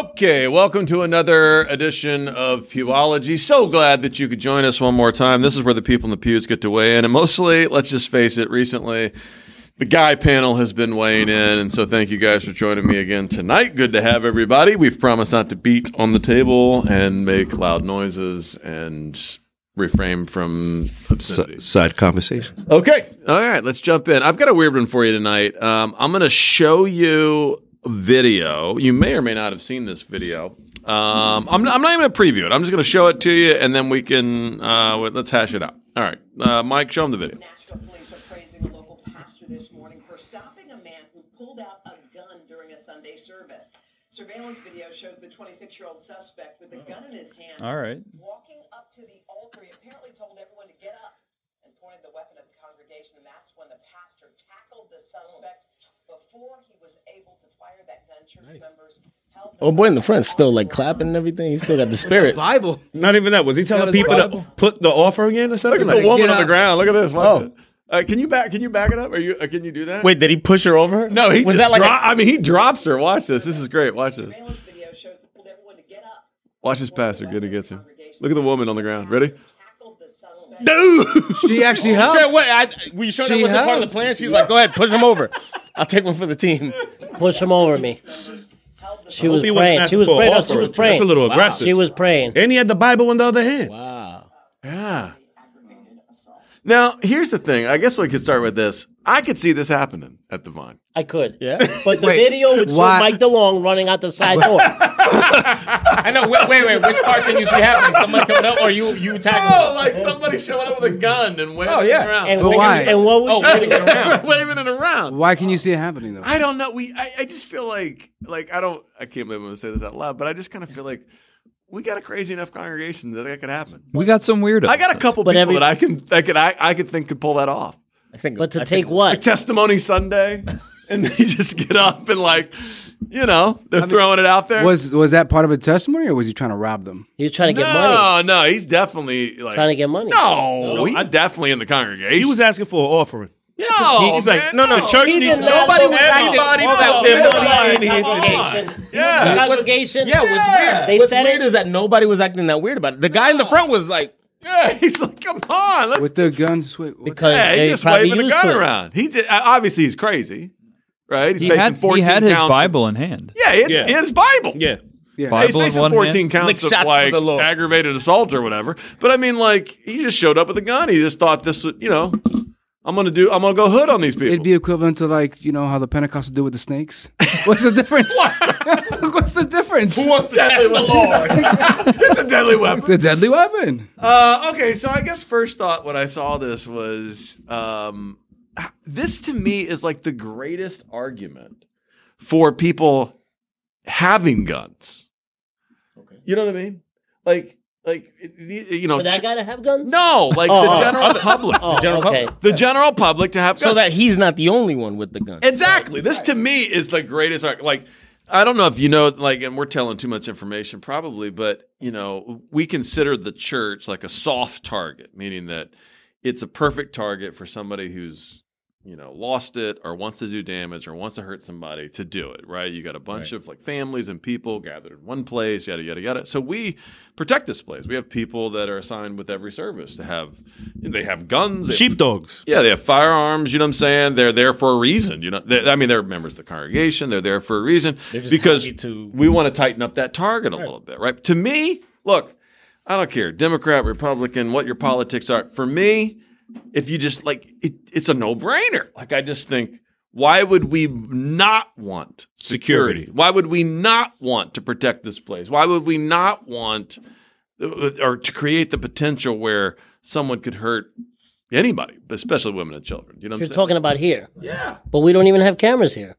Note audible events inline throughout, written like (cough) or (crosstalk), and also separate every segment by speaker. Speaker 1: Okay, welcome to another edition of Pewology. So glad that you could join us one more time. This is where the people in the pews get to weigh in, and mostly, let's just face it, recently the guy panel has been weighing in, and so thank you guys for joining me again tonight. Good to have everybody. We've promised not to beat on the table and make loud noises and refrain from obscenities.
Speaker 2: side conversation.
Speaker 1: Okay. All right. Let's jump in. I've got a weird one for you tonight. Um, I'm going to show you a video. You may or may not have seen this video. Um, I'm, I'm not even going to preview it. I'm just going to show it to you, and then we can uh, wait, let's hash it out. All right, uh, Mike, show him the video.
Speaker 3: Nashville police are praising a local pastor this morning for stopping a man who pulled out a gun during a Sunday service. Surveillance video shows the 26 year old suspect with a gun in his hand
Speaker 4: Oh. All right.
Speaker 3: walking up to the altar. He apparently told everyone to get up and pointed the weapon at the congregation, and that's when the pastor tackled the suspect before he was able to fire that gun. Church members held
Speaker 5: Oh boy, in the front, still like clapping and everything. He's still got the spirit.
Speaker 6: Bible.
Speaker 2: Not even that. Was he telling people to put the offering in or something?
Speaker 1: Look at the woman
Speaker 6: get
Speaker 1: on the
Speaker 6: up.
Speaker 1: ground. Look at this. Watch
Speaker 5: Oh.
Speaker 1: it. Uh, can you back? Can you back it up? Are you? Uh, can you do that?
Speaker 5: Wait, (laughs) did he push her over?
Speaker 1: No. He
Speaker 5: was
Speaker 1: just
Speaker 5: that like? a-
Speaker 1: dro- I mean, he drops her. Watch this. This is great. Watch this.
Speaker 3: Surveillance video shows he told everyone to get up.
Speaker 1: Watch this pastor. Good against him. Look at the woman on the ground. Ready?
Speaker 3: Tackled
Speaker 4: Oh.
Speaker 3: the suspect.
Speaker 1: Dude. (laughs)
Speaker 6: She actually helped.
Speaker 5: Sure, wait, I, we sure that
Speaker 6: She
Speaker 5: wasn't part of the
Speaker 6: helps.
Speaker 5: plan. She's like, go ahead, push him (laughs) over. I'll take one for the team.
Speaker 7: push him over me. She was
Speaker 2: he wasn't
Speaker 7: praying.
Speaker 2: asked
Speaker 7: She was
Speaker 2: to pull
Speaker 7: praying. No,
Speaker 2: off
Speaker 7: she
Speaker 2: her.
Speaker 7: was
Speaker 2: That's
Speaker 7: praying.
Speaker 2: a little aggressive.
Speaker 7: She was praying.
Speaker 2: and he had the Bible in the other hand.
Speaker 5: Wow.
Speaker 1: Yeah. Now, here's the thing. I guess we could start with this. I could see this happening at the Vine.
Speaker 7: I could.
Speaker 5: Yeah.
Speaker 7: (laughs) But the
Speaker 6: Wait,
Speaker 7: video would show
Speaker 6: why-
Speaker 7: Mike DeLong running out the side door.
Speaker 8: I know. Wait, wait, wait. Which part can you see happening? Somebody coming up, or you you tackling?
Speaker 1: Oh, like somebody showing up with a gun and waving
Speaker 8: Oh, yeah. it around.
Speaker 7: And,
Speaker 6: But
Speaker 7: when-
Speaker 6: why?
Speaker 7: and what would
Speaker 8: Oh, waving it around.
Speaker 1: waving it around.
Speaker 6: Why can you see it happening though?
Speaker 1: I don't know. We I, I just feel like like I don't I can't believe I'm gonna say this out loud, but I just kind of feel like we got a crazy enough congregation that that could happen.
Speaker 4: We got some weirdos.
Speaker 1: I got a couple
Speaker 7: But
Speaker 1: people
Speaker 7: every-
Speaker 1: that I can I could I, I could think could pull that off.
Speaker 5: I think.
Speaker 7: But to
Speaker 5: I think-
Speaker 7: take
Speaker 1: Like
Speaker 7: what?
Speaker 1: testimony Sunday, and they just get up and like, you know, they're throwing it out there.
Speaker 6: Was was that part of a testimony, or was he trying to rob them?
Speaker 7: He was trying to
Speaker 1: no,
Speaker 7: get money.
Speaker 1: no, he's definitely like
Speaker 7: Trying to get money.
Speaker 1: No, he's definitely in the congregation.
Speaker 2: He was asking for an offering.
Speaker 1: no,
Speaker 5: He's like,
Speaker 1: man,
Speaker 5: no, no, church
Speaker 7: He
Speaker 5: needs
Speaker 7: did not
Speaker 1: Nobody
Speaker 7: look
Speaker 1: was
Speaker 7: like
Speaker 1: acting
Speaker 7: it.
Speaker 1: body
Speaker 7: All that
Speaker 1: about
Speaker 7: weird
Speaker 1: nobody
Speaker 7: about
Speaker 1: in here.
Speaker 7: congregation.
Speaker 1: Yeah.
Speaker 7: The Congregation.
Speaker 8: Yeah, it was weird.
Speaker 7: They
Speaker 5: What's
Speaker 7: said
Speaker 5: weird
Speaker 7: it.
Speaker 5: is that nobody was acting that weird about it. The guy in the front was like,
Speaker 1: yeah, he's like, come on, let's.
Speaker 6: With the gun? Just wait, what-
Speaker 7: Because
Speaker 1: (laughs) yeah,
Speaker 7: they
Speaker 1: he's just
Speaker 7: probably
Speaker 1: waving a
Speaker 7: used
Speaker 1: gun
Speaker 7: to it.
Speaker 1: around. He did, uh, obviously he's crazy, right? He's
Speaker 4: He
Speaker 1: basing
Speaker 4: had,
Speaker 1: 14
Speaker 4: he had his
Speaker 1: counts of-
Speaker 4: Bible in hand.
Speaker 1: Yeah, it's
Speaker 2: Yeah.
Speaker 1: his Bible.
Speaker 2: yeah.
Speaker 1: Yeah,
Speaker 4: Bible
Speaker 1: he's
Speaker 4: in
Speaker 1: facing
Speaker 4: one
Speaker 1: 14
Speaker 4: hand.
Speaker 1: counts
Speaker 5: Lick shots
Speaker 1: of
Speaker 5: for
Speaker 1: like
Speaker 5: the Lord.
Speaker 1: aggravated assault or whatever. But I mean, like he just showed up with a gun. He just thought this would, you know, I'm gonna do, I'm gonna go hood on these people.
Speaker 6: It'd be equivalent to like you know how the Pentecostals do with
Speaker 2: (laughs)
Speaker 6: the snakes. What's the difference? (laughs) What's the difference?
Speaker 1: wants to test the Lord? (laughs) it's a deadly weapon.
Speaker 6: It's a deadly weapon.
Speaker 1: Uh, okay, so I guess first thought when I saw this was um, h- this to me is like the greatest argument for people having guns. Okay, you know what I mean? Like, like you know,
Speaker 7: For that
Speaker 1: ch-
Speaker 7: guy to have guns?
Speaker 1: no, like the
Speaker 7: Oh,
Speaker 1: general public.
Speaker 7: Oh,
Speaker 5: General
Speaker 7: okay.
Speaker 1: the general public to have guns.
Speaker 5: so that he's not the only one with the gun.
Speaker 1: exactly. This to me is the greatest. arg- Like, I don't know if you know, like, and we're telling too much information probably, but you know, we consider the church like a soft target, meaning that it's a perfect target for somebody who's you know lost it or wants to do damage or wants to hurt somebody to do it right you got a bunch of like families and people gathered in one place yada yada yada so we protect this place we have people that are assigned with every service to have they have guns they have
Speaker 2: Sheepdogs.
Speaker 1: yeah, they have firearms. You know what I'm saying? They're there for a reason. You know, they, I mean, they're members of the congregation. They're there for a reason
Speaker 5: just
Speaker 1: because
Speaker 5: happy to-
Speaker 1: we want to tighten up that target a little bit, right? To me, look, I don't care, Democrat, Republican, what your politics are. For me, if you just like, it, it's a no brainer. Like, I just think, why would we not want
Speaker 2: Security.
Speaker 1: security? Why would we not want to protect this place? Why would we not want uh, or to create the potential where someone could hurt anybody, especially women and children. You know what
Speaker 7: You're
Speaker 1: I'm saying?
Speaker 7: talking about here. Yeah. But we don't even have cameras here.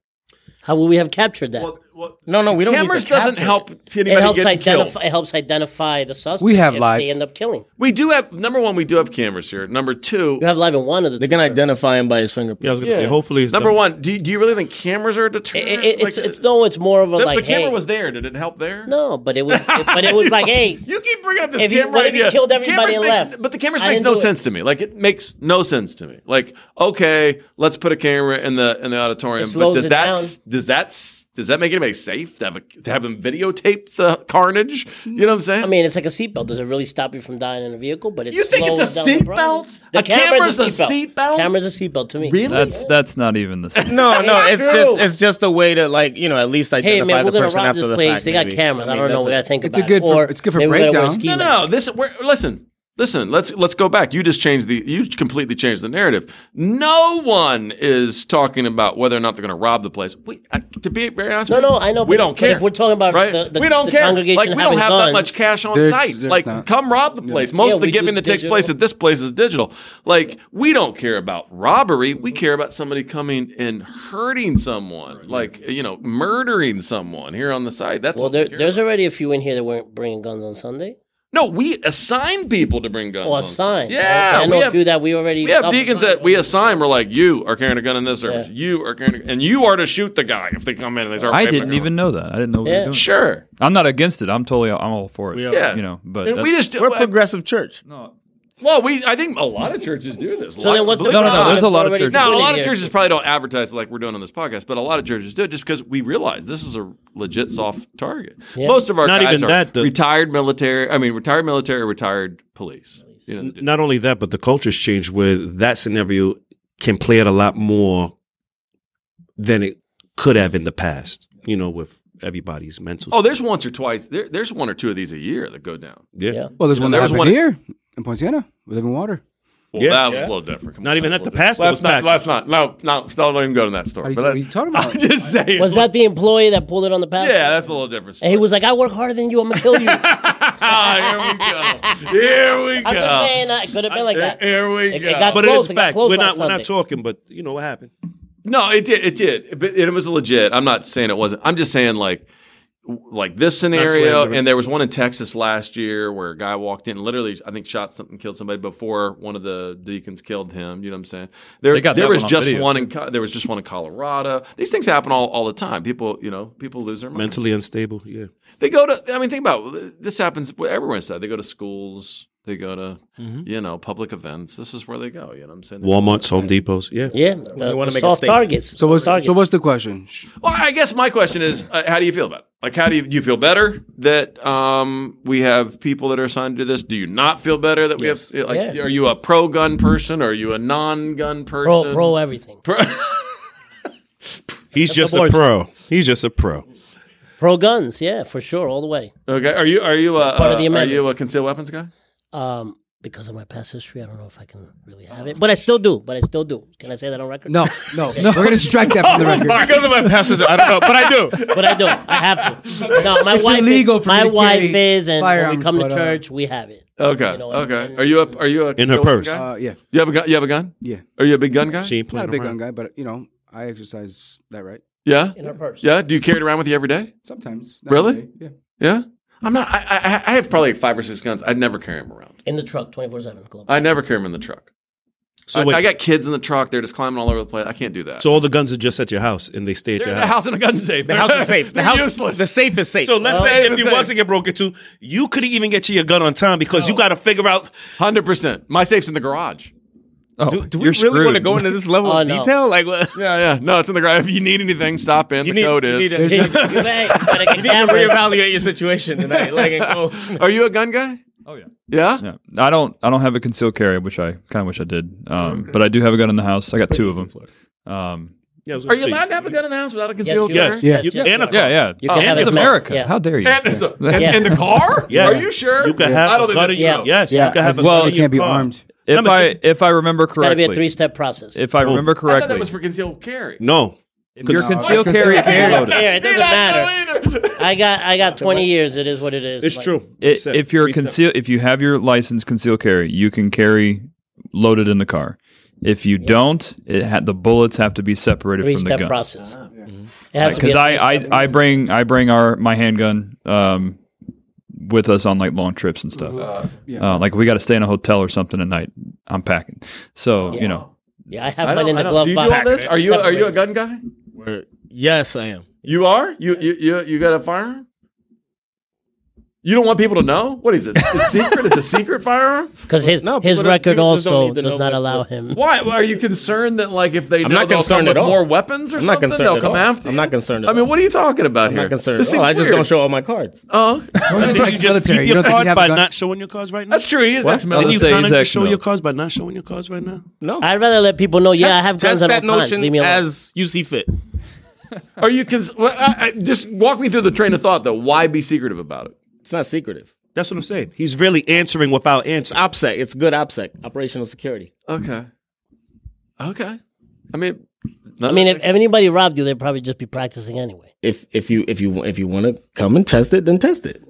Speaker 7: How would we have captured that?
Speaker 1: Well, well,
Speaker 5: No, no, we don't. need
Speaker 1: cameras
Speaker 5: to
Speaker 1: doesn't
Speaker 5: capture
Speaker 1: help
Speaker 5: it.
Speaker 1: anybody
Speaker 7: it helps
Speaker 1: get
Speaker 7: identify.
Speaker 1: killed.
Speaker 7: It helps identify the suspect.
Speaker 6: We have
Speaker 7: if
Speaker 6: live-
Speaker 7: They end up killing.
Speaker 1: We do have number one. We do have cameras here. Number two.
Speaker 7: You have live in one of the.
Speaker 5: They're gonna identify him by his fingerprint.
Speaker 2: Yeah, I was gonna say. Hopefully, it's
Speaker 1: Number
Speaker 2: done.
Speaker 1: one, do you, do you really think cameras are a deterrent?
Speaker 7: It- it- it's,
Speaker 1: Like, uh,
Speaker 7: it's no. It's more of a
Speaker 1: the,
Speaker 7: like.
Speaker 1: the camera
Speaker 7: hey,
Speaker 1: was there. Did it help there?
Speaker 7: no, but it was. it- but it was
Speaker 1: (laughs)
Speaker 7: like, hey,
Speaker 1: You keep bringing up this
Speaker 7: If he-
Speaker 1: camera
Speaker 7: what if he
Speaker 1: idea.
Speaker 7: killed everybody
Speaker 1: Cameras
Speaker 7: and
Speaker 1: makes-
Speaker 7: left?
Speaker 1: But the cameras
Speaker 7: I
Speaker 1: makes
Speaker 7: didn't
Speaker 1: no
Speaker 7: do it.
Speaker 1: sense to me. Like it makes no sense to me. Like okay, let's put a camera in the in the auditorium.
Speaker 7: It
Speaker 1: But
Speaker 7: slows
Speaker 1: does
Speaker 7: it
Speaker 1: that
Speaker 7: down.
Speaker 1: s- does that s- Does that make anybody safe to have a, to have them videotape the carnage? You know what I'm saying?
Speaker 7: I mean, it's like a seatbelt. Does it really stop you from dying in a vehicle? But it
Speaker 1: You think it's
Speaker 7: slows
Speaker 1: a
Speaker 7: down the
Speaker 1: seat
Speaker 7: process.
Speaker 1: belt?
Speaker 7: The
Speaker 1: A camera's a seat belt?
Speaker 7: Camera's a seatbelt to me.
Speaker 1: really?
Speaker 4: That's that's not even the same.
Speaker 5: No, no, it's
Speaker 7: true.
Speaker 5: just it's just a way to like you know at least identify
Speaker 7: Hey man,
Speaker 5: the
Speaker 7: we're gonna
Speaker 5: person
Speaker 7: rob
Speaker 5: after the
Speaker 7: this place.
Speaker 5: fact.
Speaker 7: they got
Speaker 5: maybe.
Speaker 7: cameras. I,
Speaker 5: mean,
Speaker 7: don't know
Speaker 5: that's
Speaker 7: what I
Speaker 5: it.
Speaker 7: think
Speaker 6: It's
Speaker 7: about.
Speaker 6: a good
Speaker 7: it.
Speaker 6: for-
Speaker 7: Or
Speaker 6: it's good for
Speaker 7: maybe we gotta wear
Speaker 6: breakdown.
Speaker 7: ski
Speaker 1: no,
Speaker 7: masks.
Speaker 1: no. This we're, listen, listen. Let's let's go back. You just changed the. You completely changed the narrative. No one is talking about whether or not they're going to rob the place. We, I, to be very honest,
Speaker 7: No,
Speaker 1: with you,
Speaker 7: no, I know,
Speaker 1: We
Speaker 7: but-
Speaker 1: don't
Speaker 7: but
Speaker 1: care.
Speaker 7: if we're talking about
Speaker 1: right?
Speaker 7: the- the-
Speaker 1: we don't
Speaker 7: the
Speaker 1: care.
Speaker 7: congregation
Speaker 1: like we don't
Speaker 7: having
Speaker 1: have that
Speaker 7: guns-
Speaker 1: much cash on
Speaker 6: There's-
Speaker 1: site.
Speaker 6: there's
Speaker 1: like,
Speaker 6: not.
Speaker 1: come rob the place. Most
Speaker 7: Yeah,
Speaker 1: of the
Speaker 7: we
Speaker 1: giving
Speaker 7: do
Speaker 1: that takes
Speaker 7: digital.
Speaker 1: place at this place is digital. Like, we don't care about robbery. We care about somebody coming and hurting someone, like you know, murdering someone here on the site. That's what
Speaker 7: Well,
Speaker 1: we
Speaker 7: there,
Speaker 1: care
Speaker 7: there's
Speaker 1: about.
Speaker 7: already a few in here that weren't bringing guns on Sunday.
Speaker 1: No, we assign people to bring guns.
Speaker 7: Or
Speaker 1: on
Speaker 7: a sign.
Speaker 1: site. Yeah,
Speaker 7: I, I
Speaker 1: we
Speaker 7: know a
Speaker 1: have,
Speaker 7: few that we already.
Speaker 1: we have
Speaker 7: off the
Speaker 1: deacons
Speaker 7: sign.
Speaker 1: that we assign. We're like, you are carrying a gun in this service.
Speaker 7: Yeah.
Speaker 1: You are carrying, a, and you are to shoot the guy if they come in and they start.
Speaker 4: I
Speaker 1: waving a
Speaker 4: didn't
Speaker 1: gun.
Speaker 4: even know that. I didn't know what you
Speaker 7: Yeah.
Speaker 4: were doing.
Speaker 1: Sure.
Speaker 4: I'm not against it. I'm totally. I'm all for it.
Speaker 1: Yeah.
Speaker 4: You know, but
Speaker 1: And
Speaker 4: that's-
Speaker 1: we just
Speaker 5: We're a
Speaker 1: well,
Speaker 5: progressive church.
Speaker 4: no,
Speaker 1: well, we I think a lot of churches do this.
Speaker 7: So then, what's the
Speaker 4: No, no, no,
Speaker 7: problem
Speaker 4: there's a
Speaker 7: if
Speaker 4: lot of
Speaker 7: we're already
Speaker 4: churches.
Speaker 1: now
Speaker 7: doing
Speaker 1: a
Speaker 7: it
Speaker 1: lot of
Speaker 7: here?
Speaker 1: churches probably don't advertise it like we're doing on this podcast, but a lot of churches do just because we realize this is a legit soft target. Most of our
Speaker 9: Not
Speaker 1: guys
Speaker 9: even
Speaker 1: are
Speaker 9: that, the-
Speaker 1: retired military. I mean, retired military, retired police. You know, the-
Speaker 9: Not only that, but the culture's changed where that scenario can play out a lot more than it could have in the past. You know, with everybody's mental.
Speaker 1: oh, there's once or twice. There, there's one or two of these a year that go down.
Speaker 9: yeah.
Speaker 7: Yeah.
Speaker 6: Well, there's
Speaker 1: You know,
Speaker 6: one
Speaker 1: there
Speaker 6: that
Speaker 1: was
Speaker 6: happened
Speaker 1: one-
Speaker 6: here in Poinciana with living water.
Speaker 1: Well,
Speaker 9: Yeah.
Speaker 1: that was a little different. Come
Speaker 9: Not
Speaker 1: on,
Speaker 9: even
Speaker 1: that
Speaker 9: at the
Speaker 1: was a little
Speaker 9: past.
Speaker 1: different.
Speaker 9: Let's not.
Speaker 1: Let's not. No, no. Stop. Don't even go to that story.
Speaker 6: What are you-
Speaker 1: But
Speaker 6: what
Speaker 1: I-
Speaker 6: are you talking
Speaker 1: (laughs)
Speaker 6: about?
Speaker 1: I'm just saying.
Speaker 7: Was that the employee that pulled it on the
Speaker 1: (laughs)
Speaker 7: pastor?
Speaker 1: Yeah, that's a little different. Story.
Speaker 7: And he was like, "I work harder than you. I'm gonna kill you." I'm
Speaker 1: (laughs) Ah,
Speaker 6: (laughs)
Speaker 1: here we go. Here we go.
Speaker 7: just saying, uh, it could have been like that.
Speaker 1: Here we
Speaker 7: It-
Speaker 1: go.
Speaker 7: it got-
Speaker 9: But it
Speaker 7: Close,
Speaker 9: is
Speaker 7: it got
Speaker 9: fact.
Speaker 7: closed
Speaker 9: We're
Speaker 7: on
Speaker 9: not. We're
Speaker 7: Sunday.
Speaker 9: not talking. But you know what happened.
Speaker 1: no, it did. It did. But it was legit. I'm not saying it wasn't. I'm just saying like. Like this scenario,
Speaker 9: slandering.
Speaker 1: and there was one in Texas last year where a guy walked in, and literally, I think, shot something, killed somebody before one of the deacons killed him. You know what I'm saying? There,
Speaker 4: They got
Speaker 1: there
Speaker 4: that
Speaker 1: was
Speaker 4: one on
Speaker 1: just
Speaker 4: video,
Speaker 1: one in, Co- there was just one in Colorado. These things happen all, all the time. People, you know, people lose their minds.
Speaker 9: Mentally unstable. Yeah.
Speaker 1: They go to. I mean, think about it. this happens everywhere inside. They go to schools. They go to
Speaker 4: Mm-hmm.
Speaker 1: you know public events. This is where they go. You know what I'm saying?
Speaker 9: Walmart's, Home Depots. Yeah.
Speaker 7: Yeah, the,
Speaker 5: wanna make
Speaker 7: the
Speaker 5: a
Speaker 7: soft
Speaker 5: statement.
Speaker 7: targets.
Speaker 6: So what's
Speaker 7: targets.
Speaker 6: so what's the question? Sh-
Speaker 1: Well, I guess my question is, uh, how do you feel about it? Like, how do you, do you feel better that um, we have people that are assigned to this? Do you not feel better that we have? Like,
Speaker 7: Yeah.
Speaker 1: are you a pro gun person? Are you a non gun person?
Speaker 7: pro, pro everything.
Speaker 9: He's just a
Speaker 7: boys.
Speaker 9: pro. He's just a pro.
Speaker 7: Pro guns. Yeah, for sure, all the way.
Speaker 1: Okay. Are you are you a
Speaker 7: part
Speaker 1: uh,
Speaker 7: of the
Speaker 1: are you a
Speaker 7: amendments.
Speaker 1: concealed weapons guy?
Speaker 7: Um, because of my past history, I don't know if I can really have it, but I still do. But I still do. Can I say that on record?
Speaker 6: No, (laughs) no, Oh We're gonna strike that from the (laughs) record.
Speaker 5: Because of my pastor, I don't know, but I do.
Speaker 7: but I do. I
Speaker 6: (laughs)
Speaker 7: have to. No, my
Speaker 6: It's
Speaker 7: wife.
Speaker 6: illegal
Speaker 7: is,
Speaker 6: for
Speaker 7: my
Speaker 6: me to
Speaker 7: wife
Speaker 6: carry
Speaker 7: is, and when
Speaker 6: firearms,
Speaker 7: we come to
Speaker 6: but, uh,
Speaker 7: church, we have it.
Speaker 1: Okay.
Speaker 7: You know, and-
Speaker 1: okay.
Speaker 7: and-
Speaker 1: are you a are you a
Speaker 9: In her
Speaker 1: concealed weapon
Speaker 9: purse.
Speaker 1: Guy?
Speaker 6: Uh, yeah,
Speaker 1: you have a gun. You have a gun.
Speaker 6: yeah.
Speaker 1: Are you a big gun guy?
Speaker 9: She ain't playing
Speaker 6: Not a big
Speaker 9: around.
Speaker 6: gun guy, but you know, I exercise that right
Speaker 1: yeah.
Speaker 7: In her purse.
Speaker 1: Yeah. Do you carry it around with you every day?
Speaker 6: sometimes. Not
Speaker 1: Really?
Speaker 6: every day, Yeah.
Speaker 1: Yeah. I'm not. I, I, I have probably five or six guns. I never carry them around.
Speaker 7: In the truck, twenty four seven club.
Speaker 1: I never carry them in the truck.
Speaker 9: So
Speaker 1: I,
Speaker 9: wait.
Speaker 1: I got kids in the truck. They're just climbing all over the place. I can't do that.
Speaker 9: so all the guns are just at your house, and they stay at
Speaker 1: they're
Speaker 9: your
Speaker 1: in a house in a gun safe.
Speaker 5: The house is safe. The
Speaker 1: They're
Speaker 5: house,
Speaker 1: useless.
Speaker 5: the safe is safe.
Speaker 9: So let's say
Speaker 1: it's
Speaker 9: if you
Speaker 1: safe.
Speaker 9: wasn't get broken into, you couldn't even get to your gun on time because you got to figure out.
Speaker 1: Hundred percent. My safe's in the garage.
Speaker 4: oh,
Speaker 5: do, do we
Speaker 4: you're
Speaker 5: really want to
Speaker 4: screwed.
Speaker 5: go into this level
Speaker 7: Oh,
Speaker 5: of
Speaker 7: no.
Speaker 5: detail? Like, what?
Speaker 1: Yeah, yeah. No, it's in the garage. If you need anything, stop in.
Speaker 5: you
Speaker 1: the
Speaker 5: need,
Speaker 1: code
Speaker 5: you
Speaker 1: is.
Speaker 5: need to,
Speaker 7: (laughs) You
Speaker 5: you
Speaker 7: need to
Speaker 5: reevaluate your situation tonight. Like, and go,
Speaker 1: Are you a gun guy?
Speaker 4: Oh yeah.
Speaker 1: Yeah.
Speaker 4: Yeah, I don't. I don't have a concealed carry, which I kind of wish I did. Um, but I do have a gun in the house. I got two of them. Um,
Speaker 9: Yeah, I was
Speaker 1: Are
Speaker 9: gonna
Speaker 1: you
Speaker 9: say,
Speaker 1: allowed to have a gun in the house without a concealed
Speaker 9: Yes.
Speaker 7: Yes, you
Speaker 6: Yeah.
Speaker 7: are.
Speaker 9: You-
Speaker 7: Yes,
Speaker 9: and
Speaker 7: you
Speaker 9: a
Speaker 7: are.
Speaker 4: yeah, yeah. Oh,
Speaker 7: You can
Speaker 9: And
Speaker 7: have
Speaker 9: it's
Speaker 7: it both.
Speaker 4: America.
Speaker 7: Yeah.
Speaker 4: How dare you?
Speaker 1: carry? And, and,
Speaker 7: Yeah.
Speaker 1: and the car?
Speaker 9: Yes.
Speaker 1: Are you sure?
Speaker 9: You can have
Speaker 1: I don't
Speaker 9: a
Speaker 1: think
Speaker 9: gun
Speaker 1: that's
Speaker 9: in your
Speaker 7: Yeah.
Speaker 9: Yes, you can have a gun
Speaker 4: Well-
Speaker 6: you
Speaker 9: in your
Speaker 6: can't be
Speaker 9: car.
Speaker 6: armed.
Speaker 4: If
Speaker 9: No, but
Speaker 4: I
Speaker 9: just-
Speaker 4: if I remember
Speaker 7: Got to be a
Speaker 4: correctly,
Speaker 7: three step process.
Speaker 4: if I remember
Speaker 1: I thought that
Speaker 4: correctly,
Speaker 1: was for concealed carry.
Speaker 9: No.
Speaker 4: if your
Speaker 9: No,
Speaker 4: concealed
Speaker 1: I-
Speaker 4: carry
Speaker 7: I
Speaker 4: is
Speaker 7: don't
Speaker 4: loaded,
Speaker 7: care. It doesn't matter. I got I got twenty years. It is what it is.
Speaker 9: It's
Speaker 7: Like,
Speaker 9: true.
Speaker 4: it,
Speaker 9: Except
Speaker 4: if you're
Speaker 9: three steps.
Speaker 4: conceal, if you have your license concealed carry, you can carry loaded in the car. If you don't, it ha- the bullets have to be separated
Speaker 7: Three
Speaker 4: from the
Speaker 7: step
Speaker 4: gun.
Speaker 7: process. Mm-hmm. It has to be
Speaker 4: because
Speaker 7: a
Speaker 4: I,
Speaker 7: three-step
Speaker 4: I I bring I bring our my handgun um with us on like long trips and stuff. Uh, like we got to stay in a hotel or something at night. I'm packing, so you know.
Speaker 7: Yeah, I
Speaker 1: I
Speaker 7: have
Speaker 1: don't,
Speaker 7: mine in
Speaker 1: I
Speaker 7: the
Speaker 1: don't-
Speaker 7: glove
Speaker 1: do you
Speaker 7: box.
Speaker 1: do all this? Are you are you a
Speaker 7: Separated.
Speaker 1: gun guy?
Speaker 5: (laughs) Yes, I am.
Speaker 1: You are? You you you, you got a firearm? You don't want people to know? What is it? It's secret? it's a secret firearm?
Speaker 7: Because his
Speaker 5: No,
Speaker 7: his
Speaker 5: people don't-
Speaker 7: record
Speaker 5: people just don't
Speaker 7: also
Speaker 5: need to
Speaker 7: does
Speaker 5: know
Speaker 7: not
Speaker 5: what-
Speaker 7: allow him.
Speaker 1: Why are you concerned that like if they know
Speaker 5: not
Speaker 1: they'll come
Speaker 5: concerned
Speaker 1: with
Speaker 5: at all.
Speaker 1: more weapons or
Speaker 5: I'm not
Speaker 1: something,
Speaker 5: concerned
Speaker 1: they'll
Speaker 5: at
Speaker 1: come
Speaker 5: all.
Speaker 1: after you?
Speaker 5: I'm not concerned at
Speaker 1: I mean,
Speaker 5: all.
Speaker 1: what are you talking about
Speaker 5: I'm
Speaker 1: here?
Speaker 5: not concerned.
Speaker 1: This
Speaker 5: at all.
Speaker 1: seems
Speaker 5: I just
Speaker 1: weird.
Speaker 5: don't show all my cards.
Speaker 1: Oh,
Speaker 9: Did (laughs) you just
Speaker 6: military.
Speaker 9: peep your
Speaker 6: You don't think
Speaker 9: card
Speaker 6: he'd have a
Speaker 9: by
Speaker 6: gun?
Speaker 9: not showing your cards right now?
Speaker 1: that's true. He is
Speaker 9: Didn't
Speaker 1: ex-military.
Speaker 9: you
Speaker 4: say
Speaker 9: kind
Speaker 4: he's
Speaker 9: of show
Speaker 4: ex-mil.
Speaker 9: your cards by not showing your cards right now?
Speaker 5: No,
Speaker 7: I'd rather let people know. Yeah, I have guns
Speaker 5: test
Speaker 7: at all
Speaker 5: that
Speaker 7: times.
Speaker 5: notion
Speaker 7: Leave me alone.
Speaker 5: as you see fit.
Speaker 1: Are you cons- well, I, I, just walk me through the train of thought though? Why be secretive about it?
Speaker 5: It's not secretive.
Speaker 9: That's what I'm saying. He's really answering without
Speaker 5: (laughs)
Speaker 9: answering.
Speaker 5: OPSEC. It's good OPSEC. Operational security.
Speaker 1: Okay, okay. I mean,
Speaker 7: I mean, if, if anybody robbed you, they'd probably just be practicing anyway.
Speaker 5: If if you if you if you want to come and test it, then test it.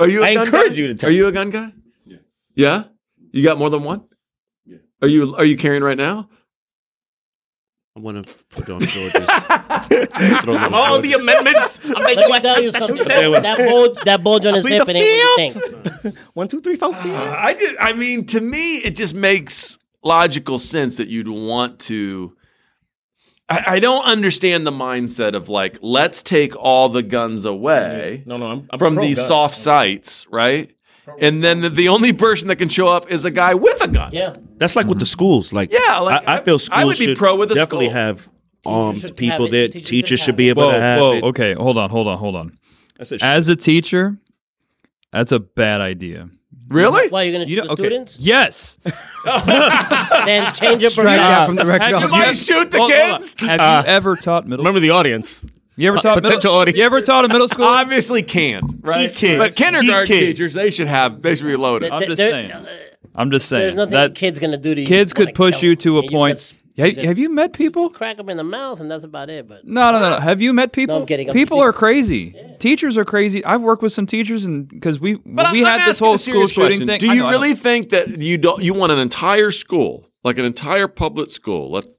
Speaker 1: are you? a
Speaker 5: I
Speaker 1: gun
Speaker 5: encourage
Speaker 1: guy?
Speaker 5: you to test
Speaker 1: Are you a gun guy? Yeah. Yeah. You got more than one? Yeah. Are you Are you carrying right now?
Speaker 9: I want to put on George's. throw on George's.
Speaker 5: (laughs) amendments of the
Speaker 7: Let me tell you something. that bulge, that bulge on his
Speaker 5: plead
Speaker 7: hip,
Speaker 5: the
Speaker 7: it ain't what you think.
Speaker 5: One, two, three, four. five.
Speaker 1: I did. I mean, to me, it just makes logical sense that you'd want to. I, I don't understand the mindset of like, let's take all the guns away
Speaker 5: No, no, I'm, I'm
Speaker 1: from
Speaker 5: pro
Speaker 1: these
Speaker 5: gun.
Speaker 1: soft sites, right? And then the, the only person that can show up is a guy with a gun.
Speaker 7: Yeah,
Speaker 9: That's like with the schools. Like,
Speaker 1: Yeah, like,
Speaker 9: I, I
Speaker 1: I-
Speaker 9: feel schools
Speaker 1: I would be
Speaker 9: should
Speaker 1: pro with a
Speaker 9: definitely
Speaker 1: skull.
Speaker 9: have armed
Speaker 7: should have
Speaker 9: people
Speaker 7: it.
Speaker 9: there.
Speaker 7: Teachers
Speaker 9: Teachers,
Speaker 7: should have
Speaker 9: should be
Speaker 7: it.
Speaker 9: able
Speaker 4: Whoa,
Speaker 9: to have
Speaker 4: whoa,
Speaker 9: it.
Speaker 4: okay, hold on, hold on, hold on.
Speaker 9: That's a sh-
Speaker 4: As a teacher, that's a bad idea.
Speaker 1: Really?
Speaker 7: why you gonna shoot
Speaker 4: You
Speaker 7: the
Speaker 4: know, okay.
Speaker 7: students?
Speaker 4: Yes.
Speaker 7: Then change your
Speaker 6: Strike that
Speaker 7: profile.
Speaker 6: from the record.
Speaker 4: Have you
Speaker 6: altogether.
Speaker 4: ever-
Speaker 1: shoot the
Speaker 4: Hold on, hold on.
Speaker 1: kids?
Speaker 4: Have you ever taught middle?
Speaker 5: Uh, Remember the audience.
Speaker 4: you ever taught middle?
Speaker 5: potential audience.
Speaker 4: You ever taught a middle school?
Speaker 1: Obviously, can right?
Speaker 9: kids.
Speaker 1: But kindergarten
Speaker 9: He kids.
Speaker 1: teachers, they should have. They should be loaded.
Speaker 4: I'm just
Speaker 7: There-
Speaker 4: saying. I'm just saying.
Speaker 7: There's nothing
Speaker 4: that
Speaker 7: that kid's gonna do to you.
Speaker 4: kids
Speaker 7: Wanna
Speaker 4: could push
Speaker 7: kill
Speaker 4: you
Speaker 7: them.
Speaker 4: to
Speaker 7: I
Speaker 4: a
Speaker 7: mean, you
Speaker 4: point.
Speaker 7: could
Speaker 4: Have, have you met people?
Speaker 7: crack them in the mouth, and that's about it. But
Speaker 4: No, no, no, no. Have you met people?
Speaker 7: I'm kidding, I'm
Speaker 4: people
Speaker 7: kidding.
Speaker 4: are crazy. Teachers are crazy. I've worked with some teachers, and because we
Speaker 1: But
Speaker 4: we
Speaker 1: I'm- I'm
Speaker 4: had this
Speaker 1: asking
Speaker 4: whole
Speaker 1: a
Speaker 4: school
Speaker 1: serious question.
Speaker 4: shooting thing.
Speaker 1: Do
Speaker 4: I
Speaker 1: you
Speaker 4: know, I know.
Speaker 1: really think that you don't you want an entire school, like an entire public school? Let's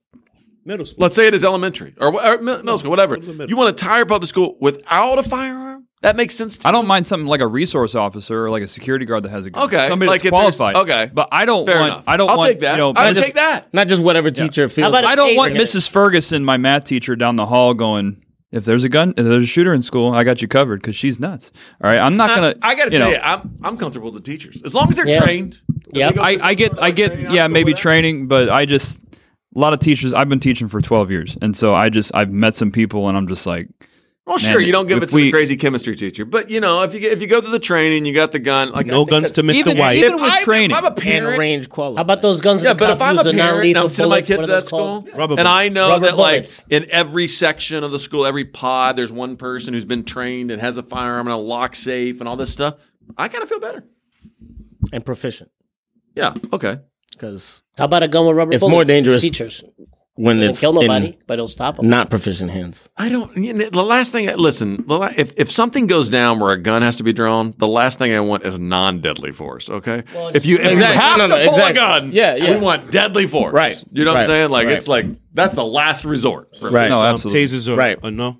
Speaker 9: middle school.
Speaker 1: let's say it is elementary or, wha- or mi- middle school, whatever. You want an entire public school without a firearm? That makes sense. To
Speaker 4: I don't mind something like a resource officer or like a security guard that has a gun.
Speaker 1: Okay,
Speaker 4: somebody
Speaker 1: like
Speaker 4: that's
Speaker 1: if there's-
Speaker 4: qualified.
Speaker 1: okay.
Speaker 4: but I don't
Speaker 1: Fair
Speaker 4: want.
Speaker 1: enough.
Speaker 4: I don't
Speaker 1: I'll
Speaker 4: want.
Speaker 1: take that.
Speaker 4: You know,
Speaker 1: I'll
Speaker 4: Mrs.
Speaker 1: take that.
Speaker 5: Not just whatever teacher feels.
Speaker 7: about
Speaker 4: I don't
Speaker 7: Hey,
Speaker 4: want
Speaker 7: bring it
Speaker 4: Mrs. Ferguson, my math teacher, down the hall going. If there's a gun, if there's a shooter in school, I got you covered because she's nuts. All right, I'm not
Speaker 1: I,
Speaker 4: gonna.
Speaker 1: I gotta
Speaker 4: you
Speaker 1: tell
Speaker 4: know,
Speaker 1: you, I'm I'm comfortable with the teachers as long as they're
Speaker 7: Yeah.
Speaker 1: trained.
Speaker 7: Yeah.
Speaker 4: I, I get, I get, yeah, maybe training, but I just a lot of teachers. I've been teaching for 12 years, and so I just I've met some people, and I'm just like,
Speaker 1: Well,
Speaker 4: Man,
Speaker 1: sure, you don't give
Speaker 4: if
Speaker 1: it to the
Speaker 4: we-
Speaker 1: crazy chemistry teacher, but you know, if you get, if you go through the training, you got the gun. Like I
Speaker 9: No
Speaker 1: think
Speaker 9: guns
Speaker 1: that's-
Speaker 9: to Mr.
Speaker 4: Even-
Speaker 9: White.
Speaker 4: even-
Speaker 1: If
Speaker 4: with
Speaker 1: I-
Speaker 4: training.
Speaker 1: If I'm a
Speaker 5: and
Speaker 1: parent,
Speaker 5: range quality.
Speaker 7: how about those guns?
Speaker 1: Yeah,
Speaker 7: that the
Speaker 1: but if
Speaker 7: cop
Speaker 1: I'm a
Speaker 7: used, the
Speaker 1: parent, and
Speaker 7: non-lethal
Speaker 1: I'm sending my
Speaker 7: bullets,
Speaker 1: kid
Speaker 7: what
Speaker 1: to
Speaker 7: are
Speaker 1: that
Speaker 7: those called?
Speaker 1: school,
Speaker 9: Rubber
Speaker 1: and I
Speaker 9: bullets.
Speaker 1: know
Speaker 7: Rubber
Speaker 1: that
Speaker 7: bullets.
Speaker 1: like in every section of the school, every pod, there's one person who's been trained and has a firearm and a lock safe and all this stuff. I kind of feel better.
Speaker 5: and proficient
Speaker 1: Yeah. Okay.
Speaker 5: because
Speaker 7: How about a gun with rubber
Speaker 5: It's
Speaker 7: bullets?
Speaker 5: more dangerous
Speaker 7: Teachers It
Speaker 5: when
Speaker 7: doesn't
Speaker 5: it's
Speaker 7: kill nobody,
Speaker 5: in
Speaker 7: but it'll stop them.
Speaker 5: not proficient hands.
Speaker 1: I don't. You know, the last thing. Listen. the la- If if something goes down where a gun has to be drawn, the last thing I want is non-deadly force. Okay. if you if you
Speaker 5: Exactly.
Speaker 1: have
Speaker 5: No, no,
Speaker 1: to pull
Speaker 5: exactly.
Speaker 1: a gun,
Speaker 5: Yeah, yeah.
Speaker 1: we want deadly force.
Speaker 5: Right.
Speaker 1: You know what I'm
Speaker 5: Right.
Speaker 1: saying? Like
Speaker 5: Right.
Speaker 1: it's like that's the last resort. for me.
Speaker 5: Right.
Speaker 4: no,
Speaker 9: Um,
Speaker 4: absolutely,
Speaker 9: tasers are
Speaker 5: Right.
Speaker 9: uh, no.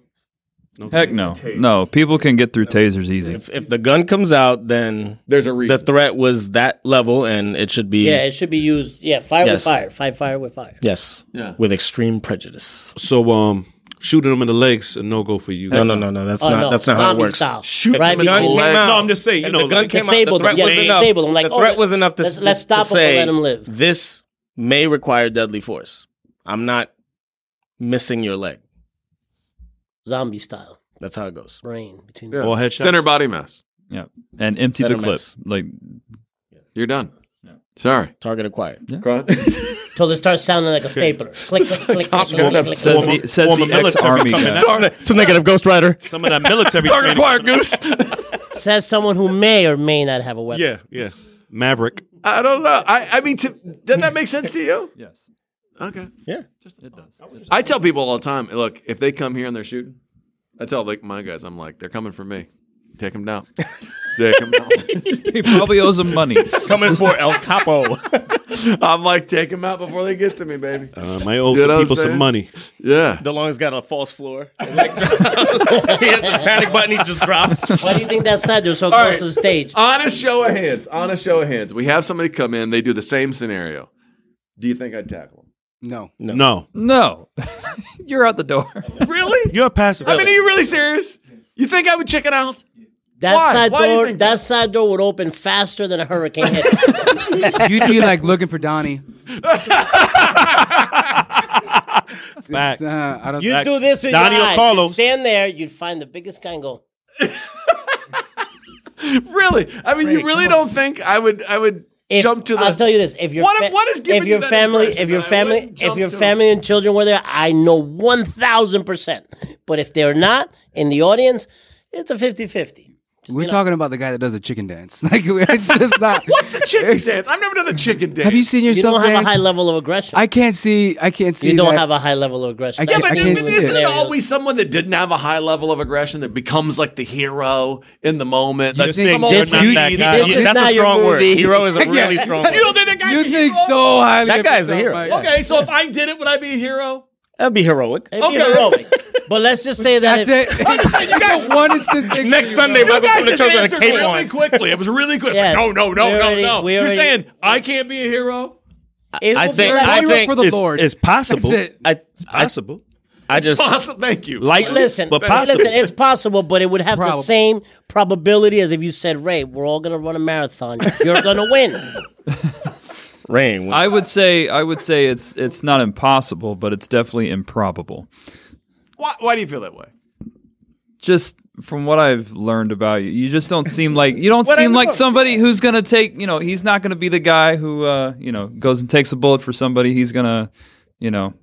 Speaker 4: heck no, no. People can get through tasers easy.
Speaker 5: If, if the gun comes out, then
Speaker 1: There's a
Speaker 5: the
Speaker 1: reason.
Speaker 5: threat was that level, and it should be
Speaker 7: Yeah, it should be used. Yeah, fire with
Speaker 5: Yes.
Speaker 7: fire, fight fire with fire.
Speaker 5: yes,
Speaker 1: Yeah.
Speaker 5: with extreme prejudice.
Speaker 9: So um, shooting them in the legs a no go for you.
Speaker 5: No, no, no, no. That's
Speaker 7: Oh
Speaker 5: not.
Speaker 7: no,
Speaker 5: That's not how it
Speaker 7: zombie
Speaker 5: works.
Speaker 7: Style,
Speaker 1: Shoot
Speaker 7: right?
Speaker 1: them in the
Speaker 7: Because-
Speaker 1: leg.
Speaker 9: No, I'm just saying, you
Speaker 5: If
Speaker 9: know,
Speaker 5: the gun
Speaker 9: like-
Speaker 5: came
Speaker 7: Disable
Speaker 5: out, the
Speaker 7: them.
Speaker 5: threat
Speaker 7: Yeah,
Speaker 5: was enough.
Speaker 7: disable them. Like,
Speaker 5: the
Speaker 7: oh,
Speaker 5: threat
Speaker 7: let-
Speaker 5: was enough to
Speaker 7: let's- let's
Speaker 5: to
Speaker 7: stop 'em, but
Speaker 5: say,
Speaker 7: let 'em live.
Speaker 5: This may require deadly force. I'm not missing your leg.
Speaker 7: zombie style,
Speaker 5: That's how it goes.
Speaker 7: brain between.
Speaker 1: Yeah.
Speaker 7: The-
Speaker 9: Or headshots.
Speaker 1: Center body mass.
Speaker 4: Yeah, and empty the clip.
Speaker 5: Settlements.
Speaker 4: Like
Speaker 1: You're done. Sorry.
Speaker 5: Target acquired.
Speaker 7: Till it starts sounding like
Speaker 1: (laughs)
Speaker 7: a stapler. click, click, click, click,
Speaker 1: Top
Speaker 7: click,
Speaker 1: Gun
Speaker 7: click, click,
Speaker 4: says
Speaker 7: click.
Speaker 4: the says
Speaker 9: former
Speaker 4: the ex
Speaker 9: military
Speaker 4: army
Speaker 9: coming
Speaker 4: guy.
Speaker 9: out.
Speaker 5: It's a negative Ghost Rider.
Speaker 9: Some of that military training.
Speaker 1: Goose.
Speaker 7: Says someone who may or may not have a weapon.
Speaker 9: (laughs) Yeah, yeah. Maverick.
Speaker 1: I don't know. I, I mean, to, doesn't that make sense to you?
Speaker 4: Yes,
Speaker 1: Okay.
Speaker 5: Yeah.
Speaker 4: it does.
Speaker 1: I tell people all the time, look, if they come here and they're shooting, I tell like my guys, I'm like, they're coming for me. Take them (laughs) down. Take 'em down.
Speaker 4: He probably owes him money.
Speaker 5: Coming for El Capo.
Speaker 1: I'm like, take them out before they get to me, baby.
Speaker 9: Um, I owe
Speaker 1: You know what
Speaker 9: some
Speaker 1: I'm
Speaker 9: people
Speaker 1: saying?
Speaker 9: some money.
Speaker 1: Yeah.
Speaker 5: (laughs) DeLong's got a false floor. he has the panic button. He just drops. (laughs)
Speaker 7: Why do you think that side? They're so
Speaker 1: (laughs) All
Speaker 7: close
Speaker 1: right. Uh,
Speaker 7: to the stage.
Speaker 1: Honest show of hands. Honest show of hands. We have somebody come in, they do the same scenario. Do you think I'd tackle
Speaker 9: (laughs)
Speaker 6: No.
Speaker 9: No.
Speaker 4: No, (laughs) you're out the door.
Speaker 1: them? Really?
Speaker 9: You're a
Speaker 1: (laughs)
Speaker 9: passive.
Speaker 1: I mean, are you really serious? You think I would check it out?
Speaker 7: That
Speaker 1: Why?
Speaker 7: side
Speaker 1: Why do you
Speaker 7: door,
Speaker 1: think
Speaker 7: that side door would open faster than a
Speaker 1: (laughs)
Speaker 7: hurricane hit.
Speaker 6: You'd be like looking for Donnie.
Speaker 9: Facts.
Speaker 6: Uh, I don't.
Speaker 7: You do this with
Speaker 9: Donnie
Speaker 7: your
Speaker 9: or
Speaker 7: eyes.
Speaker 9: Carlos?
Speaker 7: You'd stand there, you'd find the biggest guy and go,
Speaker 1: Really? I mean, you really don't think I would? I would
Speaker 7: if,
Speaker 1: jump to the.
Speaker 7: I'll tell you this: if your
Speaker 1: What-
Speaker 7: fa-
Speaker 1: what is giving
Speaker 7: if
Speaker 1: you
Speaker 7: your
Speaker 1: that
Speaker 7: family,
Speaker 1: impression
Speaker 7: if your
Speaker 1: that I
Speaker 7: family,
Speaker 1: wouldn't
Speaker 7: if
Speaker 1: jump
Speaker 7: your
Speaker 1: to
Speaker 7: family and children were there, I know one thousand percent. But if they're not in the audience, it's a 50-50.
Speaker 6: We're talking about the guy that does a chicken dance. (laughs) Like it's just not.
Speaker 1: What's the chicken dance? I've never done the chicken dance.
Speaker 6: Have you seen
Speaker 7: You don't
Speaker 6: yourself
Speaker 7: have a
Speaker 6: dance?
Speaker 7: high level of aggression.
Speaker 6: I can't see. I can't see.
Speaker 7: you don't
Speaker 6: that.
Speaker 7: have a high level of aggression.
Speaker 6: I
Speaker 1: Yeah,
Speaker 7: I've
Speaker 1: but
Speaker 6: I
Speaker 7: seen
Speaker 6: can't
Speaker 1: isn't
Speaker 6: see
Speaker 7: those
Speaker 6: it.
Speaker 1: isn't it
Speaker 7: scenarios.
Speaker 1: always someone that didn't have a high level of aggression that becomes like the hero in the moment? Like,
Speaker 9: saying
Speaker 1: someone
Speaker 9: you're
Speaker 1: that's
Speaker 9: not
Speaker 1: you-
Speaker 9: that
Speaker 1: you-
Speaker 9: guy.
Speaker 1: you-
Speaker 7: This is
Speaker 5: that's a
Speaker 7: not your
Speaker 5: strong word.
Speaker 7: movie.
Speaker 8: Hero is a really strong.
Speaker 1: (laughs) You don't think that guy's
Speaker 6: You
Speaker 1: a
Speaker 6: think
Speaker 1: hero?
Speaker 6: so highly.
Speaker 5: That
Speaker 6: of
Speaker 5: guy's a
Speaker 6: yourself,
Speaker 5: hero.
Speaker 6: Mike.
Speaker 1: Okay, so if I did it, would I be a hero?
Speaker 5: That'd be heroic.
Speaker 7: It'd be
Speaker 1: Okay.
Speaker 7: heroic. But let's just say that
Speaker 6: That's
Speaker 7: if-
Speaker 6: it.
Speaker 1: I'm just saying, you guys-
Speaker 6: That's one instant thing.
Speaker 5: Next
Speaker 6: for you,
Speaker 5: Sunday,
Speaker 6: bro.
Speaker 1: You
Speaker 5: Michael
Speaker 1: guys
Speaker 5: from the
Speaker 1: just
Speaker 5: church with a
Speaker 1: answered
Speaker 5: cape
Speaker 1: really
Speaker 5: on.
Speaker 1: quickly. It was really quick.
Speaker 7: Yes.
Speaker 1: No, no, no,
Speaker 7: We already-
Speaker 1: no, no.
Speaker 7: we
Speaker 1: You're
Speaker 7: already-
Speaker 1: saying I can't be a hero? (laughs)
Speaker 7: it
Speaker 5: I
Speaker 7: will be
Speaker 5: think-
Speaker 7: like-
Speaker 5: I
Speaker 6: You work
Speaker 5: think
Speaker 6: for the
Speaker 9: it's,
Speaker 6: Lord.
Speaker 9: it's possible.
Speaker 6: That's it.
Speaker 5: I, I,
Speaker 9: Possible.
Speaker 5: I just
Speaker 1: Awesome. Thank you.
Speaker 9: Lightly,
Speaker 7: Listen,
Speaker 9: but
Speaker 7: but
Speaker 9: possible.
Speaker 7: listen, it's possible, but it would have
Speaker 6: Probable.
Speaker 7: the same probability as if you said, "Ray, we're all going to run a marathon. You're going to
Speaker 6: (laughs)
Speaker 7: win."
Speaker 5: rain.
Speaker 4: I would say I would say it's it's not impossible, but it's definitely improbable.
Speaker 1: Why, why do you feel that way?
Speaker 4: Just from what I've learned about you, you just don't seem like you don't
Speaker 1: What I
Speaker 4: seem like
Speaker 1: know.
Speaker 4: somebody who's gonna take you know he's not gonna be the guy who uh, you know goes and takes a bullet for somebody. He's gonna you know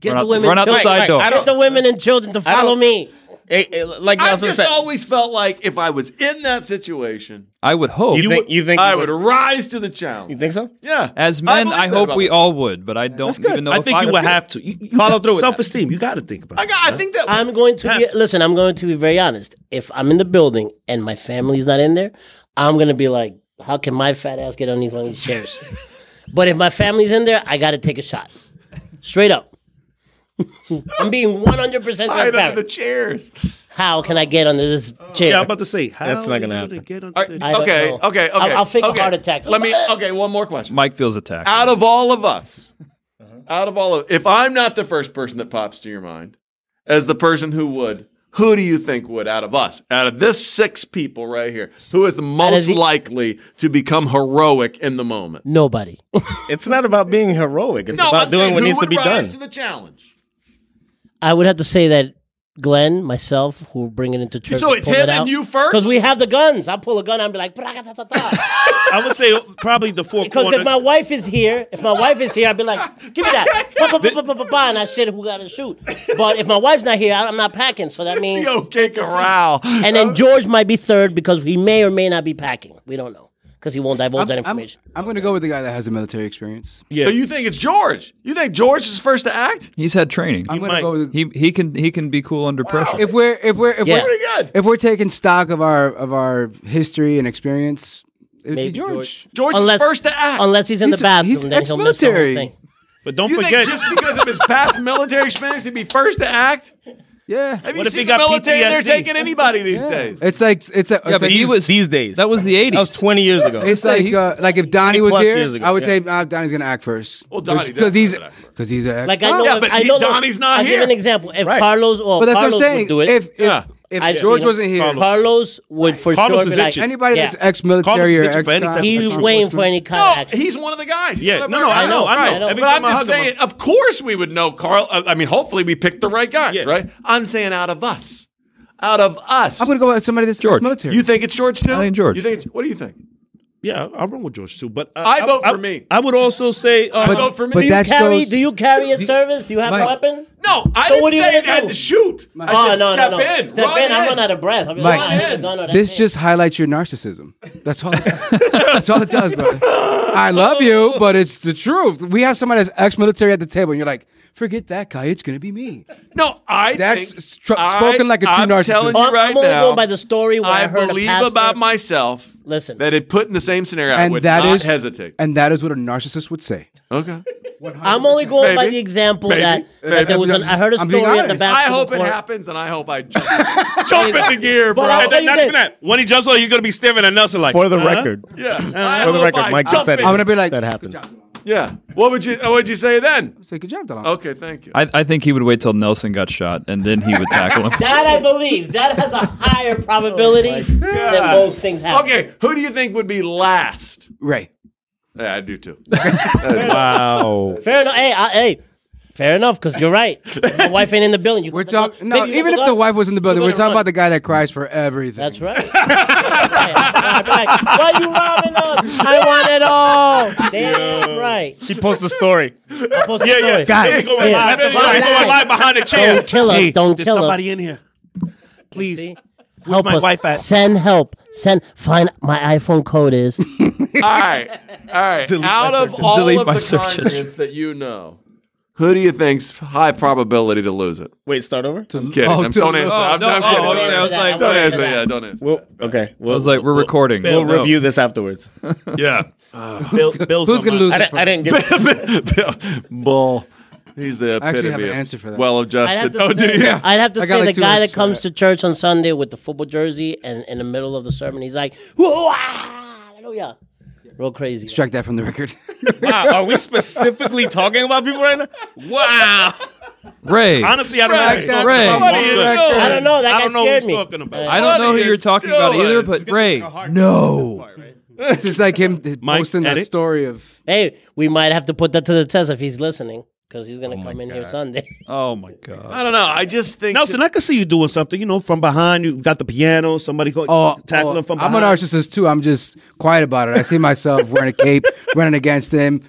Speaker 7: Get
Speaker 4: run
Speaker 7: the
Speaker 4: out,
Speaker 7: women,
Speaker 4: run out the
Speaker 7: children-
Speaker 4: side door.
Speaker 5: I
Speaker 7: Get
Speaker 5: don't-
Speaker 7: the women and children to follow me.
Speaker 5: Eh, eh, like
Speaker 1: I
Speaker 5: Nelson
Speaker 1: just
Speaker 5: said,
Speaker 1: always felt like if I was in that situation,
Speaker 4: I would hope
Speaker 5: you think you think
Speaker 1: I would rise to the challenge.
Speaker 5: You think so?
Speaker 1: yeah.
Speaker 4: as
Speaker 1: I
Speaker 4: men
Speaker 1: believe
Speaker 4: I,
Speaker 1: that
Speaker 4: hope
Speaker 1: about
Speaker 4: we
Speaker 1: myself.
Speaker 4: all would, but I don't even know
Speaker 9: I
Speaker 4: if
Speaker 9: think
Speaker 4: I
Speaker 9: you
Speaker 4: would.
Speaker 9: would have to you, you
Speaker 5: Follow through with that.
Speaker 9: Self esteem. You got to think about.
Speaker 1: I,
Speaker 9: it.
Speaker 1: got, I think that.
Speaker 7: I'm going to be, listen. I'm going to be very honest. If I'm in the building and my family's not in there, I'm going to be like, "How can my fat ass get on these one of these chairs?" but if my family's in there, I got to take a shot, straight up. I'm being 100 percent
Speaker 1: Hide under the
Speaker 7: transparent.
Speaker 1: chairs.
Speaker 7: How can I get under this chair?
Speaker 9: Yeah, I'm about to say how
Speaker 5: That's not
Speaker 9: are
Speaker 5: gonna
Speaker 9: you
Speaker 5: happen.
Speaker 9: Get on
Speaker 1: All
Speaker 9: the-
Speaker 1: right,
Speaker 7: I don't
Speaker 1: okay,
Speaker 7: know.
Speaker 1: okay, okay.
Speaker 7: I'll- I'll fake a
Speaker 1: okay.
Speaker 7: heart attack.
Speaker 1: Let me. Okay, one more question.
Speaker 4: Mike feels attacked.
Speaker 1: out of all of us, out of all of, if I'm not the first person that pops to your mind as the person who would, who do you think would out of us, out of this six people right here, who is the most
Speaker 7: he-
Speaker 1: likely to become heroic in the moment?
Speaker 7: Nobody.
Speaker 5: It's not about being heroic. It's about
Speaker 1: I'm
Speaker 5: doing
Speaker 1: saying
Speaker 5: what
Speaker 1: who
Speaker 5: needs to
Speaker 1: would
Speaker 5: be
Speaker 1: rise
Speaker 5: done.
Speaker 1: To the challenge.
Speaker 7: I would have to say that Glenn, myself, who will bring it into church.
Speaker 1: So it's him and you first?
Speaker 7: Because we have the guns. I'll pull a gun and be like, because
Speaker 9: I would say probably the four
Speaker 7: if
Speaker 9: corners.
Speaker 7: my wife is here, if my wife is here, I'd be like, give
Speaker 1: (laughs)
Speaker 7: me that. Ba, ba, ba, ba, ba, ba, And I said, who got to shoot? But if my wife's not here, I- I'm not packing.
Speaker 1: (laughs)
Speaker 7: So that means.
Speaker 1: Okay, Corral.
Speaker 7: And then George might be third because he may or may not be packing. We don't know. Because he won't divulge that
Speaker 6: I'm- I'm,
Speaker 7: information.
Speaker 6: I'm going to go with the guy that has the military experience.
Speaker 1: So you think it's George? You think George is first to act?
Speaker 4: He's had training.
Speaker 6: I'm going to go with.
Speaker 4: He he can he can be cool under pressure.
Speaker 6: If we're if we're if
Speaker 7: Yeah.
Speaker 6: we're
Speaker 1: Pretty good.
Speaker 6: if we're taking stock of our of our history and experience, it'd
Speaker 7: Maybe
Speaker 6: be George.
Speaker 1: George
Speaker 7: Unless-
Speaker 1: is first to act.
Speaker 7: Unless he's in
Speaker 6: He's-
Speaker 7: the bathroom,
Speaker 6: he's
Speaker 7: then he'll miss the whole
Speaker 6: ex-military.
Speaker 7: thing.
Speaker 9: but don't
Speaker 1: you think
Speaker 9: forget,
Speaker 1: just because of his past military experience, he'd be first to act?
Speaker 6: Yeah,
Speaker 1: Have you
Speaker 9: What if
Speaker 1: seen
Speaker 9: he
Speaker 1: the
Speaker 9: got
Speaker 1: military? They're
Speaker 9: PTSD?
Speaker 1: taking anybody these days.
Speaker 6: it's like it's a. It's
Speaker 4: yeah,
Speaker 6: like,
Speaker 4: but he was
Speaker 5: these days.
Speaker 4: That was the '80s.
Speaker 5: That was 20 years ago.
Speaker 6: It's
Speaker 4: Yeah,
Speaker 6: like
Speaker 4: he-
Speaker 6: uh, like if Donnie was
Speaker 5: plus
Speaker 6: here,
Speaker 5: years ago,
Speaker 6: I would
Speaker 5: yeah.
Speaker 6: say uh, Donnie's gonna act first.
Speaker 1: Well, Donnie does
Speaker 6: because he's
Speaker 1: have to act first.
Speaker 6: because he's an ex.
Speaker 7: Like I know,
Speaker 1: Oh, Yeah,
Speaker 7: if-
Speaker 1: but
Speaker 7: I
Speaker 1: he-
Speaker 7: don't know.
Speaker 1: Donnie's not
Speaker 7: I'll
Speaker 1: here.
Speaker 7: give an example. If Carlos or
Speaker 6: but that's
Speaker 7: Carlos
Speaker 6: what I'm saying.
Speaker 7: would do it,
Speaker 6: If if,
Speaker 1: Yeah.
Speaker 6: if
Speaker 7: I've
Speaker 6: George
Speaker 7: seen him.
Speaker 6: wasn't here,
Speaker 7: Carlos would for
Speaker 9: Carlos
Speaker 7: sure
Speaker 9: is
Speaker 7: be like,
Speaker 9: itching.
Speaker 6: anybody
Speaker 7: yeah.
Speaker 6: that's ex-military
Speaker 9: Carlos
Speaker 6: or
Speaker 9: is itching
Speaker 6: ex,
Speaker 9: for any type of
Speaker 7: He's waiting for any kind
Speaker 1: No,
Speaker 7: of action.
Speaker 1: he's one of the guys. He's
Speaker 9: Yeah,
Speaker 1: one of
Speaker 9: no,
Speaker 1: our
Speaker 9: no, I
Speaker 1: guys.
Speaker 9: know, I
Speaker 1: Right.
Speaker 9: know. Every
Speaker 1: But I'm
Speaker 9: time I
Speaker 1: just
Speaker 9: hug him,
Speaker 1: saying, of course we would know Carl. uh, I mean, hopefully we picked the right guy, right? I'm saying out of us, out of us.
Speaker 6: I'm gonna go with somebody that's
Speaker 4: George.
Speaker 6: ex-military.
Speaker 1: you think it's George too?
Speaker 4: I think George.
Speaker 1: You think? It's, what do you think?
Speaker 9: yeah, I'll run with George too. But uh,
Speaker 1: I vote for me.
Speaker 9: I would also say, uh,
Speaker 1: I vote for me.
Speaker 6: but that
Speaker 7: carry,
Speaker 6: shows
Speaker 7: do you carry a service? Do you have
Speaker 6: Mike.
Speaker 7: a weapon?
Speaker 1: no, I
Speaker 7: So
Speaker 1: didn't
Speaker 7: what are you
Speaker 1: say
Speaker 7: gonna
Speaker 1: it had
Speaker 7: do?
Speaker 1: to shoot. I
Speaker 7: oh,
Speaker 1: said
Speaker 7: no,
Speaker 1: step
Speaker 7: no, no.
Speaker 1: in.
Speaker 7: Step
Speaker 1: run
Speaker 7: in. I'm running out of breath. I'm like,
Speaker 6: Mike,
Speaker 7: wow, I have a gun or that's
Speaker 6: this
Speaker 7: it.
Speaker 6: just highlights your narcissism. That's all. It does. that's all it does, brother. I love you, but it's the truth. We have somebody that's ex-military at the table, and you're like, forget that guy. It's gonna be me.
Speaker 1: No, I
Speaker 6: That's
Speaker 1: think
Speaker 6: stru-
Speaker 1: I-
Speaker 6: spoken like a true
Speaker 1: I'm
Speaker 6: narcissist.
Speaker 1: telling
Speaker 7: Oh,
Speaker 1: you
Speaker 7: I'm-
Speaker 1: right
Speaker 7: I'm only
Speaker 1: now,
Speaker 7: going by the story where I,
Speaker 1: I
Speaker 7: heard a
Speaker 1: believe
Speaker 7: pastor-
Speaker 1: about myself.
Speaker 7: Listen.
Speaker 1: that it put in the same scenario, I would
Speaker 6: And that is
Speaker 1: not hesitate.
Speaker 6: And that is what a narcissist would say.
Speaker 1: Okay.
Speaker 7: I'm only going by
Speaker 1: Maybe.
Speaker 7: the example
Speaker 1: Maybe.
Speaker 7: that, that
Speaker 1: Maybe.
Speaker 7: there was an, I heard a
Speaker 6: I'm being
Speaker 7: story at the
Speaker 6: honest. I
Speaker 1: I
Speaker 7: basketball
Speaker 1: hope it
Speaker 7: court.
Speaker 1: happens, and I hope
Speaker 7: (laughs)
Speaker 1: I jump, jump in the gear, bro.
Speaker 7: But I'll tell you
Speaker 9: not
Speaker 7: this.
Speaker 9: even that. When he jumps on, you're gonna be staring at Nelson like
Speaker 5: for the
Speaker 9: huh?
Speaker 5: record.
Speaker 1: yeah, I
Speaker 5: Uh, For the
Speaker 1: hope
Speaker 5: record,
Speaker 1: I
Speaker 5: Mike
Speaker 1: jump
Speaker 5: just said
Speaker 1: in.
Speaker 5: it.
Speaker 6: I'm gonna be like,
Speaker 5: that happens.
Speaker 1: Yeah. What would you What would you say then?
Speaker 6: Say good job, Delon.
Speaker 1: Okay, thank you.
Speaker 4: I, I think he would wait till Nelson got shot and then he would tackle him.
Speaker 7: That I believe. That has a
Speaker 6: (laughs) Oh
Speaker 7: higher probability than most things happen.
Speaker 1: Okay, who do you think would be last?
Speaker 6: Ray.
Speaker 1: Yeah, I do
Speaker 5: (laughs)
Speaker 1: too.
Speaker 9: Wow.
Speaker 7: Fair enough. Hey, I, hey, fair enough. Because
Speaker 1: (laughs)
Speaker 7: you're right. My wife ain't in the building. You
Speaker 6: We're talking. No,
Speaker 7: Maybe you
Speaker 6: even if
Speaker 7: look
Speaker 6: the
Speaker 7: up.
Speaker 6: wife was in the building,
Speaker 7: You're
Speaker 6: we're
Speaker 7: gonna
Speaker 6: talking
Speaker 7: run.
Speaker 6: about the guy that cries for everything.
Speaker 7: That's
Speaker 6: (laughs)
Speaker 7: right. That's right. Why you robbing us? I want
Speaker 1: (laughs)
Speaker 7: it all. Damn right.
Speaker 8: She posts a story.
Speaker 7: I'm supposed to story.
Speaker 9: Guys, go
Speaker 7: Yeah.
Speaker 9: live
Speaker 7: Don't lie.
Speaker 9: behind the chair.
Speaker 7: Don't kill us,
Speaker 9: Hey,
Speaker 7: don't
Speaker 9: there's
Speaker 7: kill us.
Speaker 9: somebody in here. Please.
Speaker 7: See?
Speaker 9: Where's
Speaker 7: help
Speaker 9: my
Speaker 7: us.
Speaker 9: wife at?
Speaker 7: Send help. Send. Find my iPhone code
Speaker 6: (laughs)
Speaker 7: is.
Speaker 1: All right, all right. Out of all
Speaker 4: Delete
Speaker 1: of
Speaker 4: my
Speaker 1: the
Speaker 4: search
Speaker 1: congregants that you know, who do you think's high probability to lose it?
Speaker 5: Wait, start over.
Speaker 1: I'm kidding.
Speaker 6: Oh,
Speaker 1: I'm, don't
Speaker 6: to-
Speaker 1: answer.
Speaker 6: oh,
Speaker 1: I'm,
Speaker 4: no,
Speaker 1: I'm
Speaker 4: oh,
Speaker 1: kidding.
Speaker 4: okay,
Speaker 1: Don't
Speaker 4: I was
Speaker 1: answer.
Speaker 4: like-
Speaker 1: don't answer. Yeah, don't answer.
Speaker 5: Well, okay.
Speaker 4: I
Speaker 5: Well,
Speaker 4: was like, we're recording.
Speaker 5: We'll
Speaker 4: No.
Speaker 5: review this afterwards. (laughs)
Speaker 1: yeah.
Speaker 5: Bill, Bill's
Speaker 6: Who's gonna
Speaker 5: on mine.
Speaker 6: lose
Speaker 5: I,
Speaker 6: it
Speaker 5: di-
Speaker 6: for-
Speaker 5: I didn't
Speaker 1: (laughs)
Speaker 5: get.
Speaker 1: Bull. He's the
Speaker 6: I actually
Speaker 1: epitome
Speaker 6: have an
Speaker 1: of
Speaker 6: answer for that.
Speaker 1: well adjusted. Oh, do you?
Speaker 7: I'd have to
Speaker 6: I got
Speaker 7: say
Speaker 6: like
Speaker 7: the
Speaker 6: two
Speaker 7: guy that
Speaker 6: minutes for
Speaker 7: comes
Speaker 6: that.
Speaker 7: to church on Sunday with the football jersey and in the middle of the sermon, he's like, "Whoa, ah, hallelujah!" Real crazy.
Speaker 6: Strike that from the record.
Speaker 8: Wow, are we specifically talking about people right now? Wow.
Speaker 9: (laughs)
Speaker 4: Ray.
Speaker 9: Honestly, I don't
Speaker 6: Strike
Speaker 9: know.
Speaker 6: (laughs) that
Speaker 4: Ray.
Speaker 6: from
Speaker 9: What do
Speaker 6: the
Speaker 9: you
Speaker 6: record.
Speaker 7: I don't know. That
Speaker 9: I
Speaker 7: guy
Speaker 9: don't know what
Speaker 7: scared
Speaker 9: he's
Speaker 7: me.
Speaker 9: talking
Speaker 5: Uh,
Speaker 9: about.
Speaker 4: I don't know who
Speaker 1: you
Speaker 4: you're talking about
Speaker 1: doing?
Speaker 4: either, but Ray. No.
Speaker 6: It's just like him posting that
Speaker 9: edit.
Speaker 6: story of
Speaker 7: Hey, we might have to put that to the test if he's listening because he's gonna come in here Sunday. (laughs)
Speaker 4: Oh my god.
Speaker 1: I don't know. I just think
Speaker 9: Nelson, I can see you doing something. You know, from behind, you got the piano. Somebody go
Speaker 6: Oh,
Speaker 9: tackle
Speaker 6: oh,
Speaker 9: him from
Speaker 6: I'm
Speaker 9: behind.
Speaker 6: an narcissist too. I'm just quiet about it. I see myself wearing a cape, (laughs) running against him,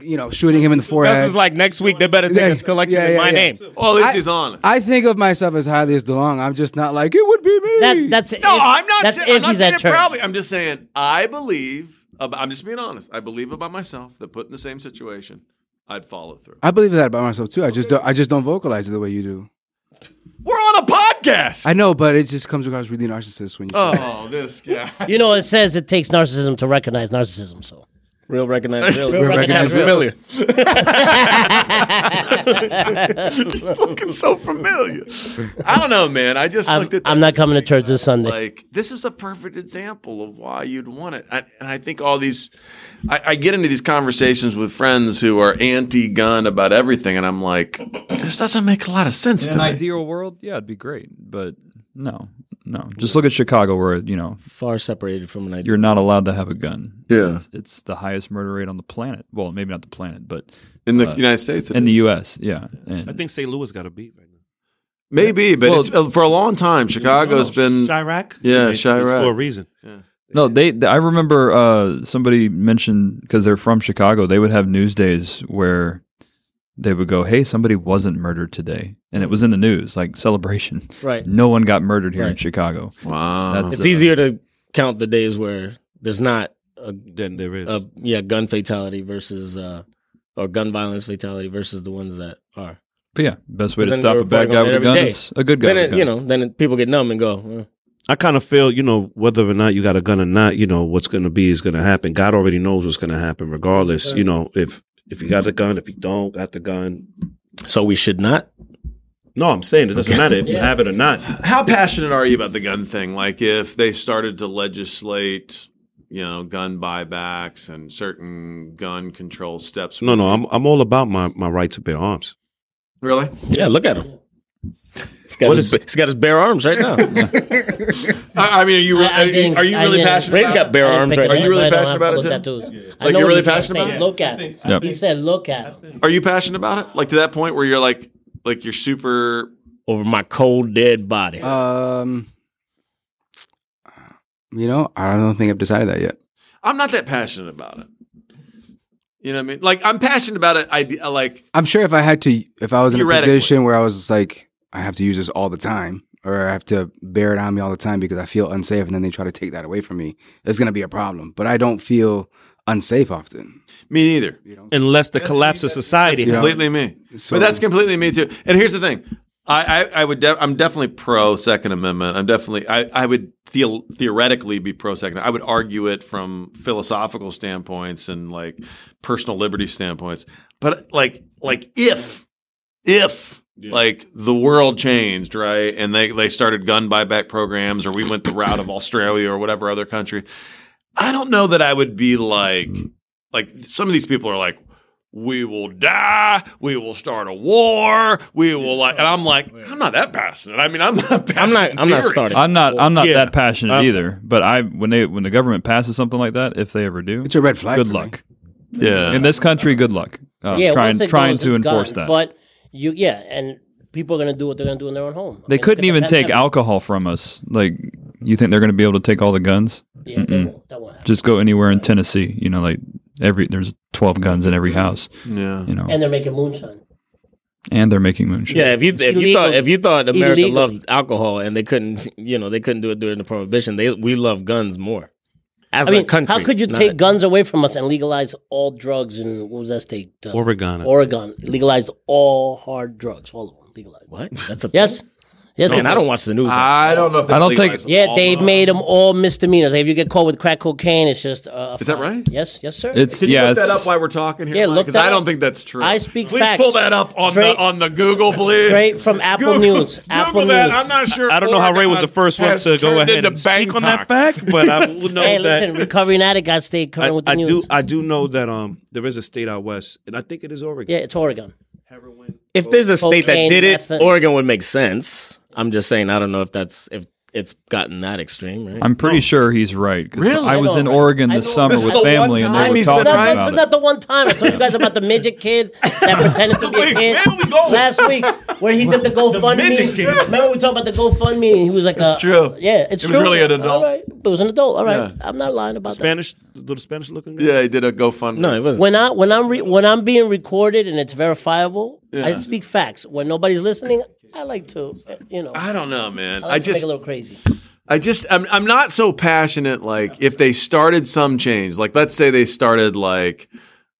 Speaker 6: you know, shooting him in the
Speaker 8: This
Speaker 6: forehead.
Speaker 8: is like next week. They better take
Speaker 6: Yeah,
Speaker 8: his collection
Speaker 6: yeah,
Speaker 8: in
Speaker 6: yeah,
Speaker 8: my
Speaker 6: yeah.
Speaker 8: name.
Speaker 1: Well, at least
Speaker 6: I-
Speaker 1: he's honest.
Speaker 6: I think of myself as highly as DeLong. I'm just not like it would be me.
Speaker 7: That's that's. if-
Speaker 1: No, I'm not.
Speaker 7: That's
Speaker 1: saying,
Speaker 7: if
Speaker 1: I'm not
Speaker 7: he's
Speaker 1: saying
Speaker 7: at
Speaker 1: it
Speaker 7: church.
Speaker 1: proudly. I'm just saying I believe. ab- I'm just being honest. I believe about myself that put in the same situation, I'd follow through.
Speaker 6: I believe that about myself too. I just don't, I just don't vocalize it the way you do.
Speaker 1: We're on a podcast.
Speaker 6: I know, but it just comes across really narcissist when you.
Speaker 1: oh, this (laughs) guy.
Speaker 7: You know, it says it takes narcissism to recognize narcissism. So
Speaker 5: Real recognize real.
Speaker 7: Real
Speaker 6: recognize (laughs) real.
Speaker 5: familiar.
Speaker 1: looking so familiar. I don't know, man. I just
Speaker 7: I'm,
Speaker 1: looked at.
Speaker 7: I'm
Speaker 1: that
Speaker 7: not coming to church this Sunday.
Speaker 1: Like this is a perfect example of why you'd want it, I, and I think all these. I, I get into these conversations with friends who are anti-gun about everything, and I'm like, this doesn't make a lot of sense
Speaker 4: In
Speaker 1: to
Speaker 4: an
Speaker 1: me.
Speaker 4: ideal world, yeah, it'd be great, but no, no. Just look at Chicago, where you know
Speaker 5: Far separated from an idea.
Speaker 4: you're not allowed to have a gun.
Speaker 1: Yeah.
Speaker 4: it's, it's the highest murder rate on the planet. Well, maybe not the planet, but
Speaker 1: In the United States, it
Speaker 4: in
Speaker 1: is.
Speaker 4: the U.S. Yeah, and
Speaker 9: I think St. Louis got a beat right now.
Speaker 1: Maybe, but
Speaker 4: Well-
Speaker 1: it's, uh, for a long time, Chicago's
Speaker 5: Oh,
Speaker 1: been.
Speaker 9: Chirac.
Speaker 1: Yeah,
Speaker 9: It's
Speaker 1: Chirac.
Speaker 9: for a reason.
Speaker 4: No, they. th- I remember uh, somebody mentioned because they're from Chicago. They would have news days where they would go, "Hey, somebody wasn't murdered today," and it was in the news, like celebration.
Speaker 5: Right.
Speaker 4: No one got murdered here in
Speaker 5: Right.
Speaker 4: Chicago.
Speaker 1: Wow.
Speaker 4: That's
Speaker 5: It's easier to count the days where there's not a,
Speaker 9: Then there is.
Speaker 5: a Uh, yeah gun fatality versus uh or gun violence fatality versus the ones that are.
Speaker 4: But yeah, best way to
Speaker 5: Then
Speaker 4: stop
Speaker 5: they're
Speaker 4: a bad
Speaker 5: reporting
Speaker 4: guy
Speaker 5: on it
Speaker 4: with a
Speaker 5: every
Speaker 4: gun
Speaker 5: day.
Speaker 4: is a good guy.
Speaker 5: Then
Speaker 4: with a
Speaker 5: it,
Speaker 4: gun.
Speaker 5: you know, then it, people get numb and go.
Speaker 9: I kind of feel, you know, whether or not you got a gun or not, you know, what's going to be is going to happen. God already knows what's going to happen, regardless. You know, if if you got the gun, if you don't got the gun.
Speaker 5: "Eh." So we should not.
Speaker 9: No, I'm saying it doesn't matter if you have it or not.
Speaker 1: How passionate are you about the gun thing? Like, if they started to legislate, you know, gun buybacks and certain gun control steps.
Speaker 9: No, no, I'm I'm all about my my right to bear arms.
Speaker 1: Really?
Speaker 5: Yeah, look at him. He's got,
Speaker 9: What
Speaker 5: his,
Speaker 9: is-
Speaker 5: he's got his bare arms right now.
Speaker 1: I, I mean, are you,
Speaker 7: I- I
Speaker 1: are you,
Speaker 7: didn't-
Speaker 1: are you
Speaker 7: I
Speaker 1: really
Speaker 7: didn't-
Speaker 1: passionate?
Speaker 5: Ray's
Speaker 1: about
Speaker 5: got
Speaker 1: it?
Speaker 5: bare
Speaker 7: I didn't
Speaker 5: arms
Speaker 7: pick
Speaker 5: right
Speaker 7: up
Speaker 1: now. Are you
Speaker 7: on
Speaker 1: really
Speaker 7: it. I don't
Speaker 1: passionate
Speaker 7: have
Speaker 1: about
Speaker 7: full
Speaker 1: it,
Speaker 7: tattoos. I
Speaker 1: Like,
Speaker 7: know
Speaker 1: you're
Speaker 7: what
Speaker 1: really
Speaker 7: trying to
Speaker 1: passionate about
Speaker 7: say.
Speaker 1: it?
Speaker 7: Look at him.
Speaker 4: Yeah.
Speaker 7: He said, "Look at him."
Speaker 1: Are you passionate about it? Like to that point where you're like, like you're super.
Speaker 5: over my cold dead body.
Speaker 7: Uh,
Speaker 6: Um, you know, I don't think I've decided that yet.
Speaker 1: I'm not that passionate about it. You know what I mean? Like, I'm passionate about it. I like.
Speaker 6: I'm sure if I had to, if I was in a
Speaker 1: Theoretically.
Speaker 6: position where I was like, I have to use this all the time, or I have to bear it on me all the time because I feel unsafe, and then they try to take that away from me, it's gonna be a problem. But I don't feel unsafe often.
Speaker 1: Me neither.
Speaker 9: Unless the collapse of society.
Speaker 6: Yeah.
Speaker 1: completely me.
Speaker 6: So-
Speaker 1: but that's completely me too. And here's the thing: I, I, I would, de- I'm definitely pro Second Amendment. I'm definitely, I, I would feel theoretically be pro Second. I would argue it from philosophical standpoints and like personal liberty standpoints. But like, like if, if. Like the world changed, right? And they, they started gun buyback programs, or we went the route
Speaker 5: (clears throat)
Speaker 1: of Australia or whatever other country. I don't know that I would be like, like some of these people are like, we will die, we will start a war, we will like, and I'm like, I'm not that passionate. I mean, I'm not. Passionate
Speaker 5: I'm not. I'm not
Speaker 1: period.
Speaker 5: starting.
Speaker 4: I'm not. I'm not
Speaker 9: Yeah.
Speaker 4: that passionate either. But I, when they, when the government passes something like that, if they ever do,
Speaker 6: It's a red flag.
Speaker 4: good
Speaker 6: for me.
Speaker 4: luck
Speaker 1: Yeah,
Speaker 4: in this country. Good luck. Uh,
Speaker 7: yeah,
Speaker 4: trying
Speaker 7: once it
Speaker 4: trying
Speaker 7: goes,
Speaker 4: to
Speaker 7: it's gone.
Speaker 4: enforce that.
Speaker 7: But you, yeah, and people are gonna do what they're gonna do in their own home. I
Speaker 4: they
Speaker 7: mean,
Speaker 4: couldn't
Speaker 7: look at
Speaker 4: even
Speaker 7: the
Speaker 4: take
Speaker 7: pandemic.
Speaker 4: alcohol from us. Like, you think they're going to be able to take all the guns?
Speaker 7: Yeah, that won't, that won't happen.
Speaker 4: Just go anywhere in Tennessee. You know, like every there's 12 guns in every house.
Speaker 1: yeah.
Speaker 4: You know, and,
Speaker 7: And they're making moonshine.
Speaker 4: they're making moonshine.
Speaker 5: Yeah, if you if you
Speaker 7: Illegal.
Speaker 5: thought if you thought America
Speaker 7: Illegal.
Speaker 5: loved alcohol and they couldn't, (laughs) you know, they couldn't do it during the prohibition, they we love guns more. As
Speaker 7: I mean,
Speaker 5: a country,
Speaker 7: how could you
Speaker 5: not-
Speaker 7: take guns away from us and legalize all drugs in what was that state? Uh,
Speaker 9: Oregano.
Speaker 7: Oregon legalized all hard drugs, all of them legalized.
Speaker 5: What? That's a
Speaker 7: Yes, yes.
Speaker 5: Man, I don't watch the news.
Speaker 7: Uh,
Speaker 1: I don't know if they
Speaker 4: I don't think-
Speaker 1: legalized
Speaker 7: Yeah,
Speaker 1: all
Speaker 7: they
Speaker 1: of them.
Speaker 7: made them all misdemeanors. Like, if you get caught with crack cocaine, it's just. Uh, a
Speaker 1: Is that
Speaker 7: fine.
Speaker 1: right?
Speaker 7: Yes, yes, sir.
Speaker 4: It's
Speaker 1: Can you
Speaker 4: yeah.
Speaker 1: look that
Speaker 4: it's-
Speaker 1: up while we're talking here?
Speaker 7: Yeah,
Speaker 1: Mike?
Speaker 7: look
Speaker 1: 'Cause
Speaker 7: that
Speaker 1: I don't
Speaker 7: up.
Speaker 1: think that's true.
Speaker 7: I speak
Speaker 1: Please
Speaker 7: facts.
Speaker 1: pull that up on
Speaker 7: Straight-
Speaker 1: the on the Google, please.
Speaker 7: straight from Apple
Speaker 1: Google,
Speaker 7: News.
Speaker 1: Google
Speaker 7: Apple
Speaker 1: that.
Speaker 7: News.
Speaker 1: I'm not sure.
Speaker 9: I don't know how Ray was
Speaker 1: Oregon
Speaker 9: the first one
Speaker 1: has
Speaker 9: to go
Speaker 1: turned
Speaker 9: ahead
Speaker 1: into
Speaker 9: and speak on
Speaker 1: Bangkok.
Speaker 9: that fact, but
Speaker 5: (laughs)
Speaker 9: I will know
Speaker 7: hey,
Speaker 9: that.
Speaker 7: listen, recovering addict got stayed current
Speaker 9: I,
Speaker 7: with the
Speaker 9: I
Speaker 7: news.
Speaker 9: do. I do know that um there is a state out west, and I think it is Oregon.
Speaker 7: yeah, it's Oregon.
Speaker 9: Heroin.
Speaker 5: if there's a state that
Speaker 7: Cocaine,
Speaker 5: did it,
Speaker 7: method.
Speaker 5: Oregon would make sense. I'm just saying, I don't know if that's if it's gotten that extreme, right?
Speaker 4: I'm pretty sure he's right. 'cause
Speaker 1: Really?
Speaker 4: I was
Speaker 7: know,
Speaker 4: in
Speaker 7: right?
Speaker 4: Oregon
Speaker 7: I
Speaker 4: this
Speaker 7: know.
Speaker 4: summer
Speaker 1: This is
Speaker 4: with
Speaker 1: the one
Speaker 4: family, and they
Speaker 1: time
Speaker 4: were
Speaker 1: he's been
Speaker 4: talking
Speaker 1: right.
Speaker 7: That, that's
Speaker 4: about (laughs) it.
Speaker 7: not the one time I told you guys about the midget kid that pretended to be a
Speaker 1: Wait,
Speaker 7: kid
Speaker 1: where we going?
Speaker 7: last week, where he did the GoFundMe.
Speaker 1: midget kid.
Speaker 7: Remember we talked about the GoFundMe? and He was like,
Speaker 1: It's
Speaker 7: uh,
Speaker 1: true.
Speaker 7: Yeah, it's
Speaker 1: It was
Speaker 7: true.
Speaker 1: really an adult.
Speaker 7: All right, it was an adult. All right,
Speaker 1: Yeah.
Speaker 7: I'm not lying about that.
Speaker 9: Spanish, little Spanish looking. Guy.
Speaker 1: Yeah, he did a GoFundMe.
Speaker 5: no, it wasn't.
Speaker 7: When I when I'm re- when I'm being recorded and it's verifiable, I speak facts. When nobody's listening, I like to, uh, you know, I,
Speaker 1: I don't know, man.
Speaker 7: like
Speaker 1: I
Speaker 7: to
Speaker 1: just
Speaker 7: make a little crazy.
Speaker 1: I just I'm I'm not so passionate like if they started some change. Like let's say they started like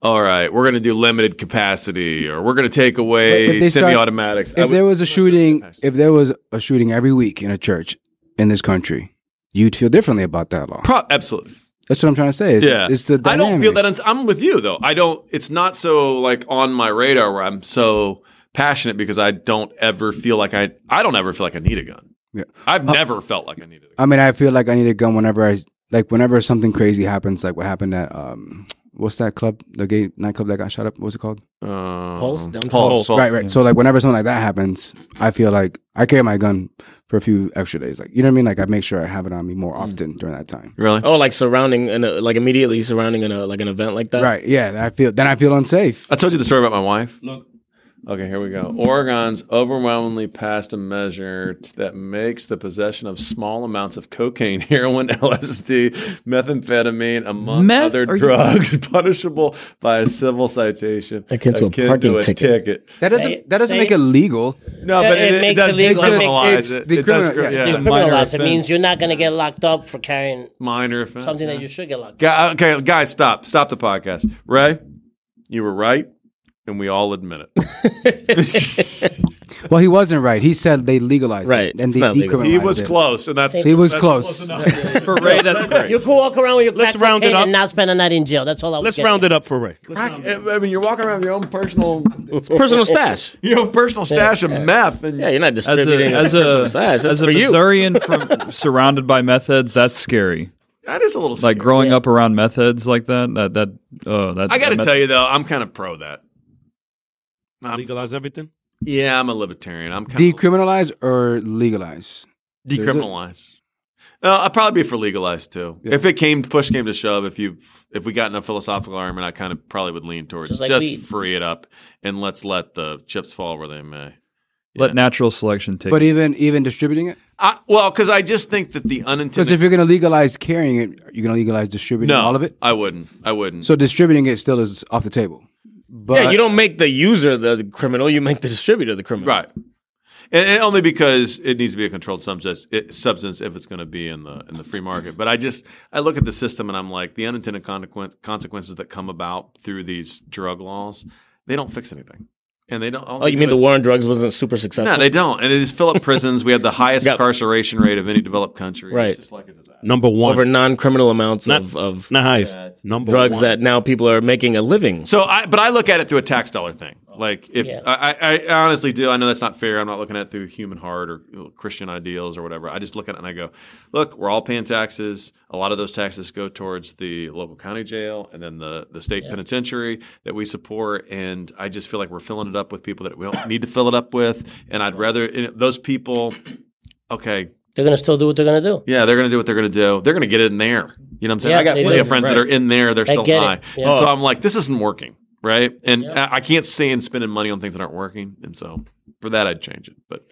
Speaker 1: all right, we're going to do limited capacity or we're going to take
Speaker 6: But if
Speaker 1: away
Speaker 6: they start-
Speaker 1: semi-automatics. I
Speaker 6: If
Speaker 1: would-
Speaker 6: there was a shooting, if there was a shooting every week in a church in this country, you'd feel differently about that law.
Speaker 1: Pro- absolutely.
Speaker 6: That's what I'm trying to say. It's,
Speaker 1: Yeah.
Speaker 6: it's the
Speaker 1: I
Speaker 6: dynamic.
Speaker 1: don't feel that uns- I'm with you though. I don't it's not so like on my radar where I'm so passionate because I don't ever feel like I I don't ever feel like I need a gun.
Speaker 6: Yeah.
Speaker 1: I've never felt like I needed a gun.
Speaker 6: I mean, I feel like I need a gun whenever I like whenever something crazy happens, like what happened at um, what's that club, the gay nightclub that got shot up? What was it called?
Speaker 1: Um,
Speaker 5: Pulse? Downtown
Speaker 1: Pulse.
Speaker 5: Pulse.
Speaker 6: right, right. So like whenever something like that happens, I feel like I carry my gun for a few extra days. Like you know what I mean? Like I make sure I have it on me
Speaker 5: Mm.
Speaker 6: more often during that time.
Speaker 1: Really?
Speaker 5: oh, like surrounding and like immediately surrounding in a like an event like that.
Speaker 6: Right. Yeah. Then I feel then I feel unsafe.
Speaker 1: I told you the story about my wife. Look. Okay, here we go. Oregon's overwhelmingly passed a measure t- that makes the possession of small amounts of cocaine, (laughs) heroin, LSD, methamphetamine, among
Speaker 4: Meth?
Speaker 1: other
Speaker 4: Are you-
Speaker 1: drugs, (laughs) punishable by a civil citation
Speaker 5: Akin to a parking ticket.
Speaker 6: That doesn't that doesn't make it legal.
Speaker 1: No,
Speaker 7: Yeah,
Speaker 1: but
Speaker 7: it
Speaker 1: it,
Speaker 7: makes
Speaker 1: does
Speaker 7: it legal. It makes-
Speaker 1: decriminalize
Speaker 6: it's
Speaker 1: it. It
Speaker 6: decriminal-
Speaker 1: does,
Speaker 6: yeah.
Speaker 1: yeah.
Speaker 6: Decriminal-
Speaker 4: Minor
Speaker 7: Criminalize it
Speaker 4: offense.
Speaker 7: means you're not going to get locked up for carrying
Speaker 1: minor offense.
Speaker 7: something that you should get locked. up.
Speaker 1: Guy- okay, guys, stop. Stop the podcast. Ray, you were right, and we all admit it.
Speaker 6: Well, he wasn't right. He said they legalized
Speaker 5: Right.
Speaker 6: it and
Speaker 5: It's
Speaker 6: they
Speaker 5: not legal.
Speaker 6: decriminalized
Speaker 1: He was
Speaker 6: it.
Speaker 1: close, and that's
Speaker 6: He was
Speaker 1: that's
Speaker 6: close.
Speaker 1: enough.
Speaker 4: For Ray, that's great.
Speaker 7: You could walk around with your
Speaker 9: Let's
Speaker 7: crack
Speaker 9: round it
Speaker 7: cocaine
Speaker 9: up.
Speaker 7: and not spend a night in jail. That's all I was.
Speaker 9: Let's round it up for Ray. Let's-
Speaker 1: Crack- I mean, you're walking around with your own personal,
Speaker 5: Personal stash.
Speaker 1: (laughs) your own personal stash of meth, and
Speaker 5: Yeah, you're not
Speaker 4: As a
Speaker 5: distributing
Speaker 4: as a
Speaker 5: personal stash. That's
Speaker 4: as a
Speaker 5: for you.
Speaker 4: Missourian from surrounded by meth heads, that's scary.
Speaker 1: that is a little.
Speaker 4: Like
Speaker 1: Like,
Speaker 4: growing up around meth heads like that. That that oh that.
Speaker 1: I got to
Speaker 4: that-
Speaker 1: tell you though, I'm kind of pro that. I'm-
Speaker 9: Legalize everything.
Speaker 1: yeah, I'm a libertarian. I'm kind of
Speaker 6: Decriminalize or legalize?
Speaker 1: decriminalized. No, Uh, I'd probably be for legalized too.
Speaker 6: Yeah.
Speaker 1: If it came push came to shove, if you if we got in a philosophical argument, I kind of probably would lean towards
Speaker 7: Just
Speaker 1: just,
Speaker 7: like weed.
Speaker 1: free it up and let's let the chips fall where they may.
Speaker 4: Let natural selection take.
Speaker 6: But
Speaker 4: it.
Speaker 6: even even distributing it,
Speaker 1: I, well, because I just think that the
Speaker 6: because
Speaker 1: unintended.
Speaker 6: if you're going to legalize carrying it, you're going to legalize distributing
Speaker 1: no,
Speaker 6: all of it.
Speaker 1: I wouldn't. I wouldn't.
Speaker 6: So distributing it still is off the table. But
Speaker 5: yeah, you don't make the user the criminal. You make the distributor the criminal.
Speaker 1: Right. And, and only because it needs to be a controlled substance, it, substance if it's going to be in the in the free market. But I just I look at the system and I'm like the unintended consequence, consequences that come about through these drug laws, they don't fix anything. and they don't. I don't
Speaker 5: Oh,
Speaker 1: think
Speaker 5: you mean
Speaker 1: they
Speaker 5: the
Speaker 1: would-
Speaker 5: war on drugs wasn't super successful?
Speaker 1: No, they don't. And it is
Speaker 5: (laughs)
Speaker 1: fill up prisons. We have the highest
Speaker 5: Yeah.
Speaker 1: incarceration rate of any developed country.
Speaker 5: Right.
Speaker 1: It's just like a disaster.
Speaker 9: Number one,
Speaker 5: over non-criminal amounts
Speaker 9: Not-
Speaker 5: of, of
Speaker 9: not highest.
Speaker 1: Yeah, it's-
Speaker 9: Number
Speaker 5: drugs
Speaker 9: one.
Speaker 5: that now people are making a living.
Speaker 1: Mm. So, I but I look at it through a tax dollar thing. Like if
Speaker 7: Yeah.
Speaker 1: I, I, I honestly do, I know that's not fair. I'm not looking at it through human heart or you know, Christian ideals or whatever. I just look at it and I go, look, we're all paying taxes. A lot of those taxes go towards the local county jail and then the the state penitentiary that we support. And I just feel like we're filling it up with people that we don't need to fill it up with. And I'd rather and those people. Okay,
Speaker 7: They're gonna still do what they're gonna do.
Speaker 1: Yeah, they're going to do what they're going to do. They're going to get in there. You know what I'm saying?
Speaker 7: Yeah,
Speaker 1: I got
Speaker 7: they
Speaker 1: plenty
Speaker 7: do.
Speaker 1: of friends that
Speaker 7: Right.
Speaker 1: are in there. They're
Speaker 7: They
Speaker 1: still
Speaker 7: get it.
Speaker 1: high.
Speaker 7: Yeah.
Speaker 1: And so I'm like, this isn't working, right? And I, I can't stand spending money on things that aren't working. And so for that, I'd change it. But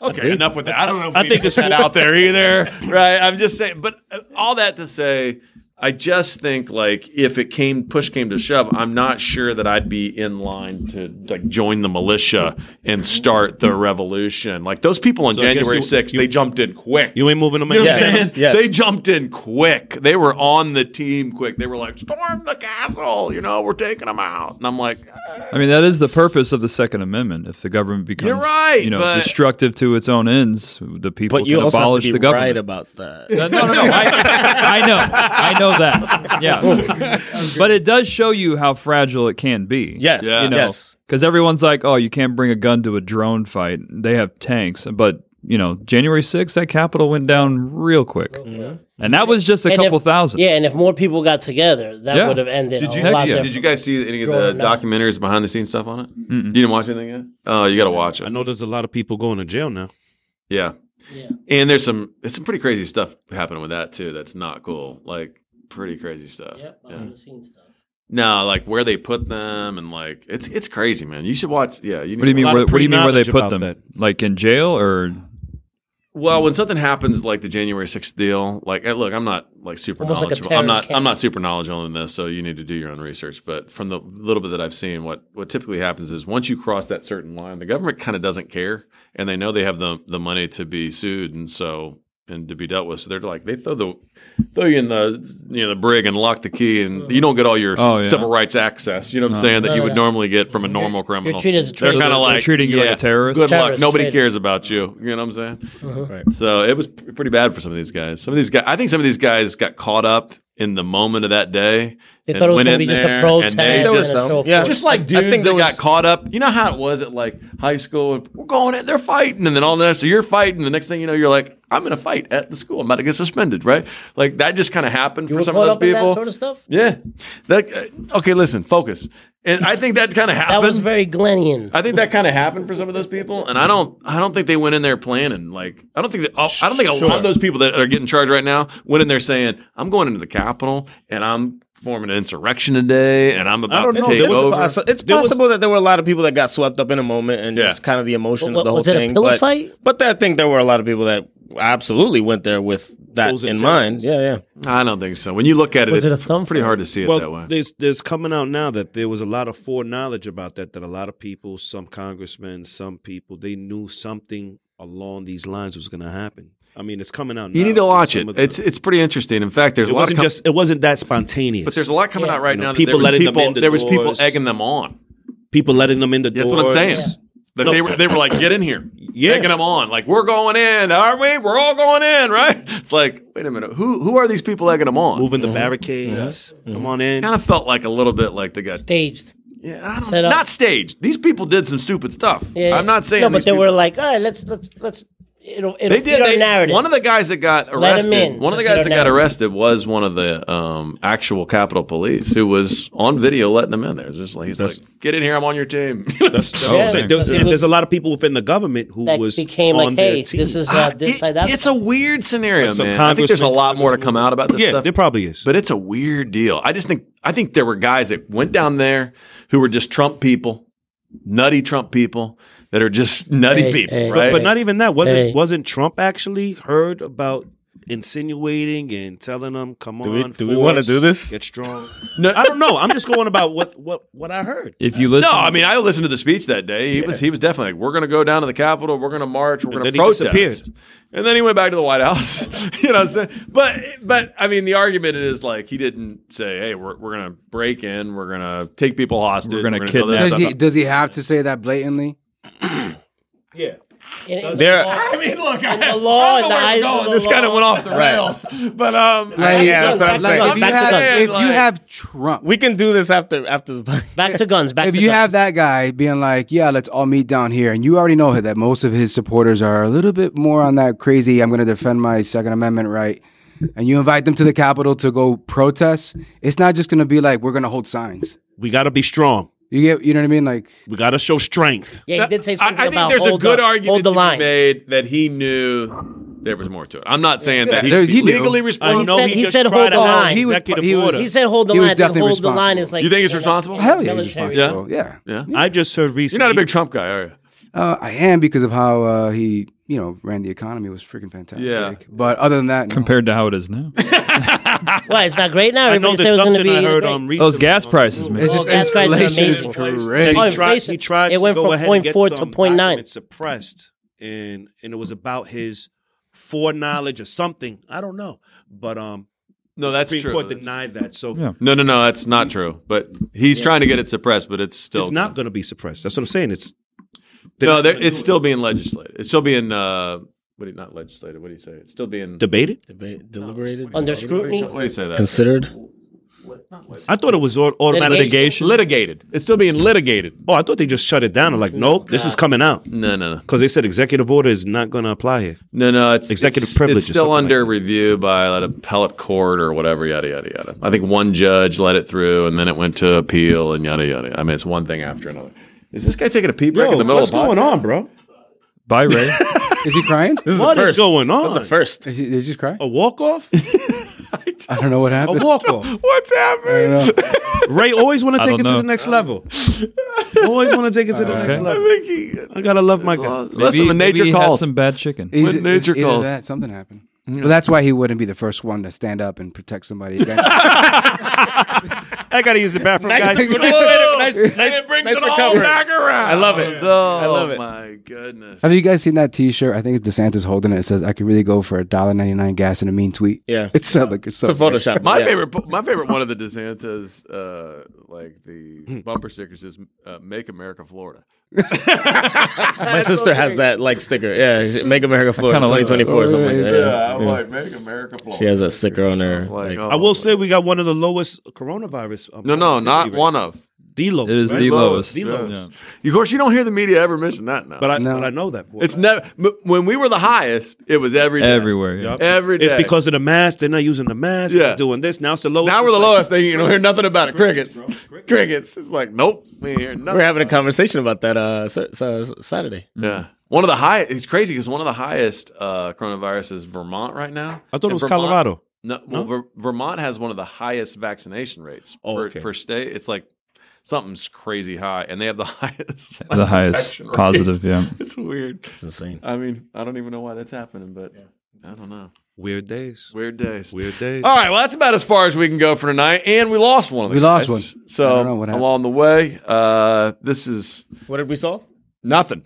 Speaker 1: okay, enough with that. I don't know. If I think it's that out there either, (laughs) right? I'm just saying. But uh, all that to say, I just think like if it came push came to shove, I'm not sure that I'd be in line to like join the militia and start the revolution. Like those people on
Speaker 9: So I guess
Speaker 1: January
Speaker 9: you-
Speaker 1: 6th,
Speaker 9: you-
Speaker 1: they jumped in quick.
Speaker 9: You ain't moving them.
Speaker 1: You know what
Speaker 5: Yes.
Speaker 1: I'm saying?
Speaker 5: yes.
Speaker 1: They jumped in quick. They were on the team quick. They were like, storm the castle. You know, we're taking them out. And I'm like, "Uh,
Speaker 4: I mean, that is the purpose of the Second Amendment. If the government becomes,
Speaker 1: right,
Speaker 4: you know,
Speaker 1: but-
Speaker 4: destructive to its own ends, the people
Speaker 5: But you
Speaker 4: can
Speaker 5: also have
Speaker 4: abolish
Speaker 5: to be
Speaker 4: the government.
Speaker 5: right about that. (laughs)
Speaker 4: No, no, no. no. I, I know. I know that. Yeah. But it does show you how fragile it can be.
Speaker 5: Yes.
Speaker 1: Yeah.
Speaker 4: You know,
Speaker 5: Yes.
Speaker 4: Because everyone's like, oh, you can't bring a gun to a drone fight. They have tanks. But, you know, January 6th, that Capitol went down real quick. And that was just a
Speaker 7: Oh, And
Speaker 4: couple
Speaker 7: if-
Speaker 4: thousand.
Speaker 7: Yeah, and if more people got together, that
Speaker 4: Yeah.
Speaker 7: would have ended.
Speaker 1: Did
Speaker 7: a
Speaker 1: you,
Speaker 7: lot
Speaker 1: yeah.
Speaker 7: different.
Speaker 1: did you guys see any of the
Speaker 7: Jordan, no.
Speaker 1: documentaries behind the scenes stuff on it? You didn't watch anything yet? Oh, you got to watch
Speaker 9: I
Speaker 1: it.
Speaker 9: know there's a lot of people going to jail now.
Speaker 1: Yeah.
Speaker 7: Yeah.
Speaker 1: And there's some there's some pretty crazy stuff happening with that too. That's not cool. Like pretty crazy stuff.
Speaker 7: Yep,
Speaker 1: Yeah.
Speaker 7: behind the scenes stuff.
Speaker 1: No, like where they put them and like it's it's crazy, man. You should watch. Yeah. You
Speaker 4: What do you mean?
Speaker 9: lot
Speaker 4: Where,
Speaker 9: of
Speaker 4: what do you mean where they
Speaker 9: pre-knowledge
Speaker 4: put
Speaker 9: about
Speaker 4: them?
Speaker 9: that.
Speaker 4: Like in jail or?
Speaker 1: Well, when something happens like the January sixth deal, like eh, look, I'm not like super
Speaker 7: Almost like a
Speaker 1: knowledgeable.
Speaker 7: terrorist
Speaker 1: I'm not
Speaker 7: camp.
Speaker 1: I'm not super knowledgeable in this, so you need to do your own research. But from the little bit that I've seen, what what typically happens is once you cross that certain line, the government kind of doesn't care, and they know they have the the money to be sued, and so and to be dealt with. So they're like they throw the throw you in the you know the brig and lock the key, and
Speaker 7: Mm-hmm.
Speaker 1: you don't get all your
Speaker 4: Oh, yeah. Uh-huh.
Speaker 1: civil rights access. You know what I'm saying that you would normally get from a normal criminal.
Speaker 7: Oh, treated as a
Speaker 1: they're
Speaker 7: traitor.
Speaker 1: kind
Speaker 4: They're
Speaker 1: of like
Speaker 4: treating you like a terrorist?
Speaker 1: Good luck.
Speaker 7: Terrorist,
Speaker 1: Nobody
Speaker 7: traitor.
Speaker 1: cares cares about you. You know what I'm saying?
Speaker 5: Right.
Speaker 1: So it was p- pretty bad for some of these guys. Some of these guys, I think some of these guys got caught up in the moment of that day.
Speaker 7: They
Speaker 1: and
Speaker 7: thought it was
Speaker 1: went
Speaker 7: gonna
Speaker 1: in
Speaker 7: be just a
Speaker 1: there,
Speaker 7: protest
Speaker 1: and they
Speaker 7: and
Speaker 1: just,
Speaker 7: a show
Speaker 5: yeah.
Speaker 7: for-
Speaker 1: just like dudes
Speaker 5: think
Speaker 1: that
Speaker 5: there
Speaker 1: got
Speaker 5: was-
Speaker 1: caught up. You know how it was at like high school. And we're going in, they're fighting, and then all that. So you're fighting. The next thing you know, you're like, I'm in a fight at the school. I'm about to get suspended, right? Like that just kind of happened
Speaker 7: You
Speaker 1: for
Speaker 7: were
Speaker 1: some
Speaker 7: caught
Speaker 1: of those
Speaker 7: up in
Speaker 1: people.
Speaker 7: that sort of stuff.
Speaker 1: yeah. That, uh, okay, listen, focus. And I think that kind of
Speaker 7: That
Speaker 1: happened.
Speaker 7: was very Glennian.
Speaker 1: I think that kind of happened for some of those people, and I don't. I don't think they went in there planning. Like I don't think. That, I don't think a lot of those people that are getting charged right now went in there saying, "I'm going into the Capitol and I'm forming an insurrection today, and I'm about
Speaker 9: don't
Speaker 1: to
Speaker 9: know.
Speaker 1: take
Speaker 9: There was
Speaker 1: over."
Speaker 9: a-
Speaker 5: So it's
Speaker 9: There was-
Speaker 5: possible that there were a lot of people that got swept up in a moment and
Speaker 1: Yeah.
Speaker 5: just kind of the emotion
Speaker 7: But
Speaker 5: of the whole
Speaker 7: was it a
Speaker 5: thing.
Speaker 7: pillow
Speaker 5: but,
Speaker 7: fight?
Speaker 5: but I think there were a lot of people that absolutely went there with that
Speaker 9: Those
Speaker 5: in mind. Yeah, yeah.
Speaker 1: I don't think so. When you look at it,
Speaker 7: Was
Speaker 1: it's
Speaker 7: it a thumb
Speaker 1: pretty
Speaker 7: fight?
Speaker 1: hard to see it
Speaker 9: well,
Speaker 1: that way.
Speaker 9: there's there's coming out now that there was a lot of foreknowledge about that. That a lot of people, some congressmen, some people, they knew something along these lines was going to happen. I mean, it's coming out.
Speaker 1: you
Speaker 9: now
Speaker 1: need to
Speaker 9: from
Speaker 1: watch
Speaker 9: uh, some
Speaker 1: it.
Speaker 9: of the-
Speaker 1: It's it's pretty interesting. In fact, there's
Speaker 9: it
Speaker 1: a lot of
Speaker 9: wasn't
Speaker 1: com-
Speaker 9: just it wasn't that spontaneous.
Speaker 1: but there's a lot coming out right
Speaker 9: You know,
Speaker 1: now. that
Speaker 9: people
Speaker 1: there was
Speaker 9: letting them
Speaker 1: people,
Speaker 9: in the
Speaker 1: there was people
Speaker 9: doors.
Speaker 1: egging them on.
Speaker 9: people letting them in the
Speaker 1: That's
Speaker 9: doors.
Speaker 1: what I'm saying. That
Speaker 9: No.
Speaker 1: they were they were like, get in here,
Speaker 9: Yeah.
Speaker 1: taking them on. Like we're going in, aren't we? We're all going in, right? (laughs) It's like, wait a minute, who who are these people egging them on?
Speaker 9: Moving the barricades. Come on in.
Speaker 1: Kind of felt like a little bit like they got
Speaker 7: Staged.
Speaker 1: yeah, I don't,
Speaker 7: Set up.
Speaker 1: not staged. These people did some stupid stuff.
Speaker 7: Yeah.
Speaker 1: I'm not saying
Speaker 7: No, but
Speaker 1: these
Speaker 7: they
Speaker 1: people-
Speaker 7: were like, all right, let's let's let's. It'll it'll
Speaker 1: they
Speaker 7: feed
Speaker 1: did.
Speaker 7: our
Speaker 1: They,
Speaker 7: narrative.
Speaker 1: One of the guys that got
Speaker 7: Let 'em
Speaker 1: arrested,
Speaker 7: in
Speaker 1: one of the
Speaker 7: to fit
Speaker 1: guys
Speaker 7: our
Speaker 1: that got
Speaker 7: narrative.
Speaker 1: arrested was one of the um, actual Capitol Police who was on video letting them in there. It's just like he's like, get in here, I'm on your team.
Speaker 9: So
Speaker 7: Yeah,
Speaker 9: it's like
Speaker 7: because
Speaker 9: there's,
Speaker 7: it was-
Speaker 9: there's a lot of people within the government who
Speaker 7: that
Speaker 9: was
Speaker 7: became
Speaker 9: on
Speaker 7: like,
Speaker 9: their
Speaker 7: hey,
Speaker 9: team.
Speaker 7: this is uh,
Speaker 1: (laughs)
Speaker 7: this
Speaker 1: It-
Speaker 7: side. That's
Speaker 1: it's a weird scenario,
Speaker 9: Like some
Speaker 1: man. I think there's a
Speaker 9: congressman-
Speaker 1: lot more to come out about this
Speaker 9: yeah,
Speaker 1: stuff.
Speaker 9: there probably is.
Speaker 1: but it's a weird deal. I just think I think there were guys that went down there who were just Trump people, nutty Trump people that are just nutty
Speaker 7: Hey,
Speaker 1: people,
Speaker 7: hey.
Speaker 1: right?
Speaker 9: but not even that. Wasn't
Speaker 7: Hey.
Speaker 9: wasn't Trump actually heard about insinuating and telling them, "Come
Speaker 10: Do
Speaker 9: on,
Speaker 10: we- do we wanna
Speaker 9: force,
Speaker 10: do this?
Speaker 9: Get strong." No, I don't know. I'm just going about what what what I heard.
Speaker 4: If you listen,
Speaker 1: No, I mean I listened to the speech that day. He was he was definitely like, "We're going to go down to the Capitol. We're going to march. We're
Speaker 9: And
Speaker 1: going
Speaker 9: then
Speaker 1: to
Speaker 9: he
Speaker 1: protest."
Speaker 9: disappeared.
Speaker 1: And then he went back to the White House. (laughs) you know, what I'm saying? but but I mean the argument is like he didn't say, "Hey, we're we're going to break in. We're going to take people hostage.
Speaker 4: We're gonna
Speaker 1: do all this
Speaker 4: kidnap
Speaker 1: stuff."
Speaker 6: Does he, does he have to say that blatantly?
Speaker 9: Yeah,
Speaker 7: It-
Speaker 10: There-
Speaker 8: I mean, look, I,
Speaker 7: the law and the eyes of the
Speaker 1: This
Speaker 7: law.
Speaker 1: kind of went off the rails. But um,
Speaker 6: Like,
Speaker 10: yeah, that's what I'm
Speaker 6: like,
Speaker 10: saying.
Speaker 6: if, you
Speaker 7: Back to
Speaker 6: have,
Speaker 1: gun.
Speaker 6: if you
Speaker 1: Like-
Speaker 6: have Trump,
Speaker 10: We can do this after after the podcast.
Speaker 7: Back to guns. Back
Speaker 6: if
Speaker 7: to
Speaker 6: you
Speaker 7: guns.
Speaker 6: have that guy being like, "Yeah, let's all meet down here," and you already know that most of his supporters are a little bit more on that crazy, "I'm going to defend my Second Amendment right," and you invite them to the Capitol to go protest, it's not just going to be like we're going to hold signs.
Speaker 9: we got to be strong.
Speaker 6: You get, you know what I mean? Like,
Speaker 9: We got to show strength.
Speaker 7: yeah, he did say
Speaker 1: I,
Speaker 7: something
Speaker 1: I think
Speaker 7: about
Speaker 1: there's a
Speaker 7: hold
Speaker 1: good
Speaker 7: up,
Speaker 1: argument
Speaker 7: Hold the
Speaker 1: to
Speaker 7: line.
Speaker 1: be made that he knew there was more to it. I'm not saying that he,
Speaker 6: Yeah,
Speaker 1: should
Speaker 6: he
Speaker 1: be
Speaker 6: knew.
Speaker 1: legally
Speaker 9: I
Speaker 1: responsible.
Speaker 9: know
Speaker 7: said-
Speaker 9: he,
Speaker 7: he
Speaker 9: just
Speaker 7: said
Speaker 9: tried
Speaker 7: hold
Speaker 9: out
Speaker 7: on.
Speaker 9: an
Speaker 7: He
Speaker 6: was-
Speaker 9: executive
Speaker 6: he was-
Speaker 9: order.
Speaker 7: He said hold the
Speaker 6: He was
Speaker 7: line. Then
Speaker 6: definitely
Speaker 7: hold the line
Speaker 6: responsible.
Speaker 7: is like
Speaker 1: You think it's
Speaker 7: yeah,
Speaker 1: responsible?
Speaker 6: hell yeah, he's
Speaker 7: military.
Speaker 6: responsible. Yeah,
Speaker 1: Yeah,
Speaker 9: I just heard
Speaker 1: you're
Speaker 9: recently.
Speaker 1: not a big Trump guy, are you?
Speaker 6: Uh, I am because of how uh, he, you know, ran the economy was freaking fantastic.
Speaker 1: Yeah.
Speaker 6: but other than that, no.
Speaker 4: compared to how it is now,
Speaker 7: Why it's not great now?
Speaker 9: I know
Speaker 7: Everybody
Speaker 9: there's
Speaker 7: said it was going to
Speaker 9: something
Speaker 7: be.
Speaker 9: I heard
Speaker 7: great.
Speaker 9: on recently.
Speaker 4: those gas prices, man.
Speaker 6: it's
Speaker 7: Well,
Speaker 6: just
Speaker 7: gas prices are
Speaker 6: inflation is
Speaker 7: amazing.
Speaker 6: crazy.
Speaker 7: Oh,
Speaker 9: he tried,
Speaker 7: inflation.
Speaker 9: he tried
Speaker 7: It
Speaker 9: to
Speaker 7: went
Speaker 9: go
Speaker 7: from
Speaker 9: ahead and get
Speaker 7: 0.4
Speaker 9: some
Speaker 7: to 0.9.
Speaker 9: documents suppressed, and and it was about his foreknowledge or something. I don't know, but um,
Speaker 1: No,
Speaker 9: the
Speaker 1: that's
Speaker 9: Supreme
Speaker 1: true.
Speaker 9: Court
Speaker 1: That's-
Speaker 9: denied that, so
Speaker 4: Yeah.
Speaker 1: No, no, no, that's not true. But he's trying to get it suppressed, but it's still
Speaker 9: it's not going to be suppressed. That's what I'm saying. It's they're
Speaker 1: No,
Speaker 9: not
Speaker 1: there-
Speaker 9: gonna
Speaker 1: it's
Speaker 9: do it.
Speaker 1: still being legislated. It's still being uh, what do you not legislated? What do you say? It's still being.
Speaker 9: debated.
Speaker 5: Debate, deliberated,
Speaker 7: Under
Speaker 5: debated,
Speaker 7: scrutiny,
Speaker 1: what do you say that?
Speaker 5: considered.
Speaker 9: I thought it was au- automatic.
Speaker 7: Litigation.
Speaker 1: Litigated. It's still being litigated.
Speaker 9: Oh, I thought they just shut it down. I'm like, nope, this is coming out
Speaker 1: No, no, no,
Speaker 9: because they said executive order is not going to apply here.
Speaker 1: no, no. It's
Speaker 9: Executive
Speaker 1: it's,
Speaker 9: privilege
Speaker 1: It's
Speaker 9: or
Speaker 1: still
Speaker 9: something
Speaker 1: under
Speaker 9: like that.
Speaker 1: review by an appellate court or whatever. Yada yada yada. I think one judge let it through, and then it went to appeal, and yada yada. I mean, it's one thing after another. Is this guy taking a pee break in the middle
Speaker 9: what's
Speaker 1: of
Speaker 9: going on, bro?
Speaker 4: Bye, Ray.
Speaker 6: Is he crying?
Speaker 10: This is
Speaker 9: What
Speaker 10: the
Speaker 9: is
Speaker 10: first.
Speaker 9: going on?
Speaker 10: That's the first.
Speaker 6: Is he, did he just
Speaker 1: Oh,
Speaker 6: cry?
Speaker 9: a walk off?
Speaker 6: I don't know what
Speaker 9: A
Speaker 6: happened.
Speaker 9: walk off.
Speaker 1: What's
Speaker 6: I
Speaker 1: happening? (laughs)
Speaker 6: don't know.
Speaker 9: Ray always want to take
Speaker 4: don't
Speaker 9: it to
Speaker 4: know.
Speaker 9: the next level. always want to take it to the next level. I gotta love
Speaker 1: (laughs)
Speaker 9: my guy.
Speaker 1: Listen, the nature
Speaker 4: maybe he
Speaker 1: calls.
Speaker 4: Had some bad chicken.
Speaker 6: He's-
Speaker 1: When nature
Speaker 6: either
Speaker 1: calls.
Speaker 6: that, something happened. But that's why he wouldn't be the first one to stand up and protect somebody against.
Speaker 1: (laughs)
Speaker 9: I gotta use the bathroom,
Speaker 8: nice,
Speaker 9: guys.
Speaker 8: nice,
Speaker 1: it brings
Speaker 8: nice
Speaker 1: it all
Speaker 8: recovery.
Speaker 1: Oh, back around.
Speaker 8: I love it.
Speaker 1: Oh,
Speaker 8: I love it.
Speaker 1: my goodness.
Speaker 6: Have you guys seen that T-shirt? I think it's DeSantis holding it. It says, "I could really go for a dollar ninety nine gas and a mean tweet." (laughs)
Speaker 5: Yeah.
Speaker 6: it sounds like it's so.
Speaker 5: It's a Photoshop.
Speaker 1: My
Speaker 5: yeah.
Speaker 1: favorite, po- my favorite one of the DeSantis, uh, like the bumper stickers is uh, "Make America Florida."
Speaker 5: My sister has that like sticker. Yeah, Make America Florida
Speaker 4: kinda like
Speaker 5: 2024 or something like that. Yeah.
Speaker 1: I'm like, "Make America Florida."
Speaker 5: She has that sticker on her.
Speaker 1: Like,
Speaker 5: Like,
Speaker 1: oh,
Speaker 9: I will say we got one of the lowest coronavirus. uh,
Speaker 1: no, no, not
Speaker 9: positivity
Speaker 1: one
Speaker 9: rates.
Speaker 1: of.
Speaker 9: the lowest.
Speaker 4: It is
Speaker 9: right?
Speaker 4: the lowest.
Speaker 9: The
Speaker 1: yeah.
Speaker 9: lowest.
Speaker 1: Of course, you don't hear the media ever mention that now.
Speaker 9: But I,
Speaker 6: No.
Speaker 9: but I know that. for a
Speaker 1: it's
Speaker 9: fact.
Speaker 1: never m- when we were the highest. It was every day.
Speaker 4: Everywhere. Yeah.
Speaker 9: Yup.
Speaker 1: every
Speaker 9: It's
Speaker 1: day.
Speaker 9: because of the mask. They're not using the mask.
Speaker 1: Yeah.
Speaker 9: They're doing this now. It's the lowest.
Speaker 1: Now we're the
Speaker 9: It's like-
Speaker 1: lowest thing. You don't hear nothing about it. Crickets,
Speaker 9: bro.
Speaker 1: crickets. It's like nope. We ain't hearing nothing.
Speaker 5: we're having a conversation about that uh, Sa- Sa- Saturday.
Speaker 1: Yeah. One of the high. It's crazy because one of the highest uh, coronavirus is Vermont right now.
Speaker 9: I thought
Speaker 1: And
Speaker 9: it was
Speaker 1: Vermont-
Speaker 9: Colorado.
Speaker 1: No, well, Ver- Vermont has one of the highest vaccination rates
Speaker 9: Oh,
Speaker 1: per,
Speaker 9: okay.
Speaker 1: per state. It's like something's crazy high, and they have the (laughs) highest.
Speaker 4: The highest
Speaker 1: infection rate.
Speaker 4: positive. Yeah.
Speaker 1: It's weird.
Speaker 5: It's insane.
Speaker 1: I mean, I don't even know why that's happening, but I don't know.
Speaker 9: Weird days.
Speaker 1: Weird Oh. days.
Speaker 9: Weird days.
Speaker 1: All right, well, that's about as far as we can go for tonight, and we lost one. Of the
Speaker 6: We lost
Speaker 1: guys.
Speaker 6: one. I don't know
Speaker 1: So
Speaker 6: what happened.
Speaker 1: along the way, uh, this is
Speaker 5: What did we solve?
Speaker 1: nothing.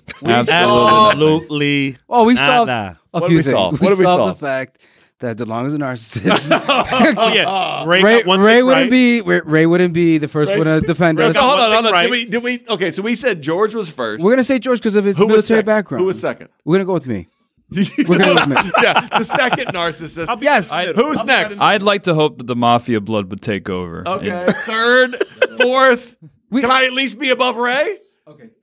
Speaker 9: Absolutely.
Speaker 6: Oh, we
Speaker 9: Nah,
Speaker 6: solved
Speaker 9: nah.
Speaker 6: a
Speaker 1: What did
Speaker 6: few
Speaker 1: we
Speaker 6: things.
Speaker 1: solve? What did we
Speaker 6: solved
Speaker 1: solve?
Speaker 6: the fact that DeLong is a narcissist.
Speaker 9: Oh yeah. Ray,
Speaker 6: Ray,
Speaker 9: got one
Speaker 6: Ray
Speaker 9: thing
Speaker 6: wouldn't
Speaker 9: right.
Speaker 6: be Ray, Ray wouldn't be the first one to defend us.
Speaker 1: So hold on,
Speaker 9: One
Speaker 1: hold on.
Speaker 9: thing
Speaker 1: Did we? Did we? Okay, so we said George was first.
Speaker 6: We're gonna say George because of his
Speaker 1: Who was
Speaker 6: military
Speaker 1: second?
Speaker 6: background.
Speaker 1: Who was second?
Speaker 6: We're gonna go with me. We're gonna go with me.
Speaker 1: (laughs) yeah, the second narcissist.
Speaker 6: Yes.
Speaker 1: Who's next?
Speaker 4: I'd like to hope that the mafia blood would take over.
Speaker 1: Okay, third, fourth. Can I at least be above Ray?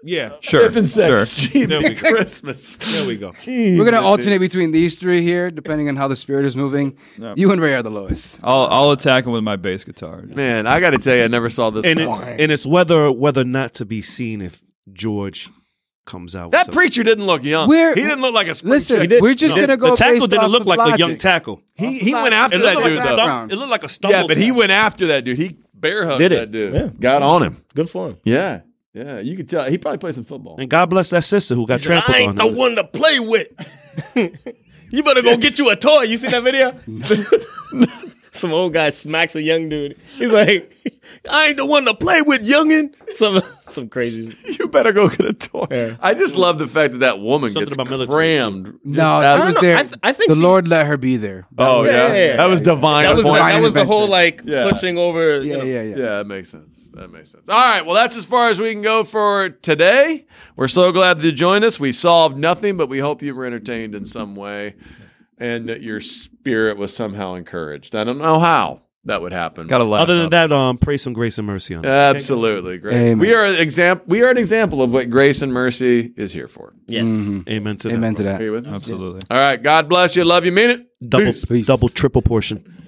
Speaker 9: Yeah.
Speaker 4: Sure. Sure.
Speaker 1: Gee,
Speaker 9: There we go.
Speaker 1: Christmas.
Speaker 9: There we go.
Speaker 6: We're gonna alternate between these three here, depending on how the spirit is moving. You and Ray are the lowest.
Speaker 4: I'll I'll attack him with my bass guitar.
Speaker 1: Man, I got to tell you, I never saw this.
Speaker 9: And it's and it's whether whether not to be seen if George comes out. with
Speaker 1: that
Speaker 9: something.
Speaker 1: preacher didn't look young.
Speaker 6: We're-
Speaker 1: he didn't look like a spring
Speaker 6: Listen,
Speaker 1: chicken.
Speaker 6: we're just gonna go.
Speaker 9: the tackle
Speaker 6: based
Speaker 9: didn't
Speaker 6: off
Speaker 9: look
Speaker 6: of
Speaker 9: like a
Speaker 6: logic.
Speaker 9: yown tackle.
Speaker 1: he he went after
Speaker 9: It
Speaker 1: that
Speaker 9: looked,
Speaker 1: dude
Speaker 9: like a
Speaker 1: though.
Speaker 9: stum- it looked like a stumble.
Speaker 1: Yeah, but he
Speaker 9: tackle.
Speaker 1: went after that dude. He bear hugged
Speaker 5: Did it.
Speaker 1: that dude.
Speaker 5: Yeah.
Speaker 1: Got on him.
Speaker 5: Good for him.
Speaker 1: Yeah, yeah. You could tell he probably played some football.
Speaker 9: And God bless that sister who got trampled on.
Speaker 8: one to play with.
Speaker 5: (laughs) You better go get you a toy. You seen that video? (laughs) Some old guy smacks a young dude. He's like, (laughs) I ain't the one to play with, youngin. Some (laughs) some crazy.
Speaker 1: (laughs) You better go get a toy. I just love the fact that that woman gets crammed. Just
Speaker 6: No,
Speaker 1: out-
Speaker 6: that was there. I, think the Lord let her be there.
Speaker 1: Oh yeah.
Speaker 5: yeah, yeah.
Speaker 1: that was divine.
Speaker 5: That was the,
Speaker 1: appointment.
Speaker 5: that was the whole like
Speaker 6: intervention.
Speaker 1: Yeah.
Speaker 5: pushing over. you know.
Speaker 6: yeah, yeah, yeah.
Speaker 1: Yeah, that makes sense. That makes sense. All right. Well, that's as far as we can go for today. We're so glad that you joined us. We solved nothing, but we hope you were entertained in some way and that your spirit was somehow encouraged. I don't know how that would happen.
Speaker 4: Got to laugh.
Speaker 9: Other
Speaker 4: up.
Speaker 9: than that, um, pray some grace and mercy on it.
Speaker 1: Absolutely. Great.
Speaker 6: Amen.
Speaker 1: We are an example we are an example of what grace and mercy is here for.
Speaker 5: Yes.
Speaker 6: Mm-hmm.
Speaker 9: Amen to that.
Speaker 6: Amen to
Speaker 1: Are
Speaker 6: that.
Speaker 1: you with me?
Speaker 4: absolutely.
Speaker 1: All right. God bless you. Love you. Mean it.
Speaker 9: Double,
Speaker 6: Peace.
Speaker 9: double, triple portion.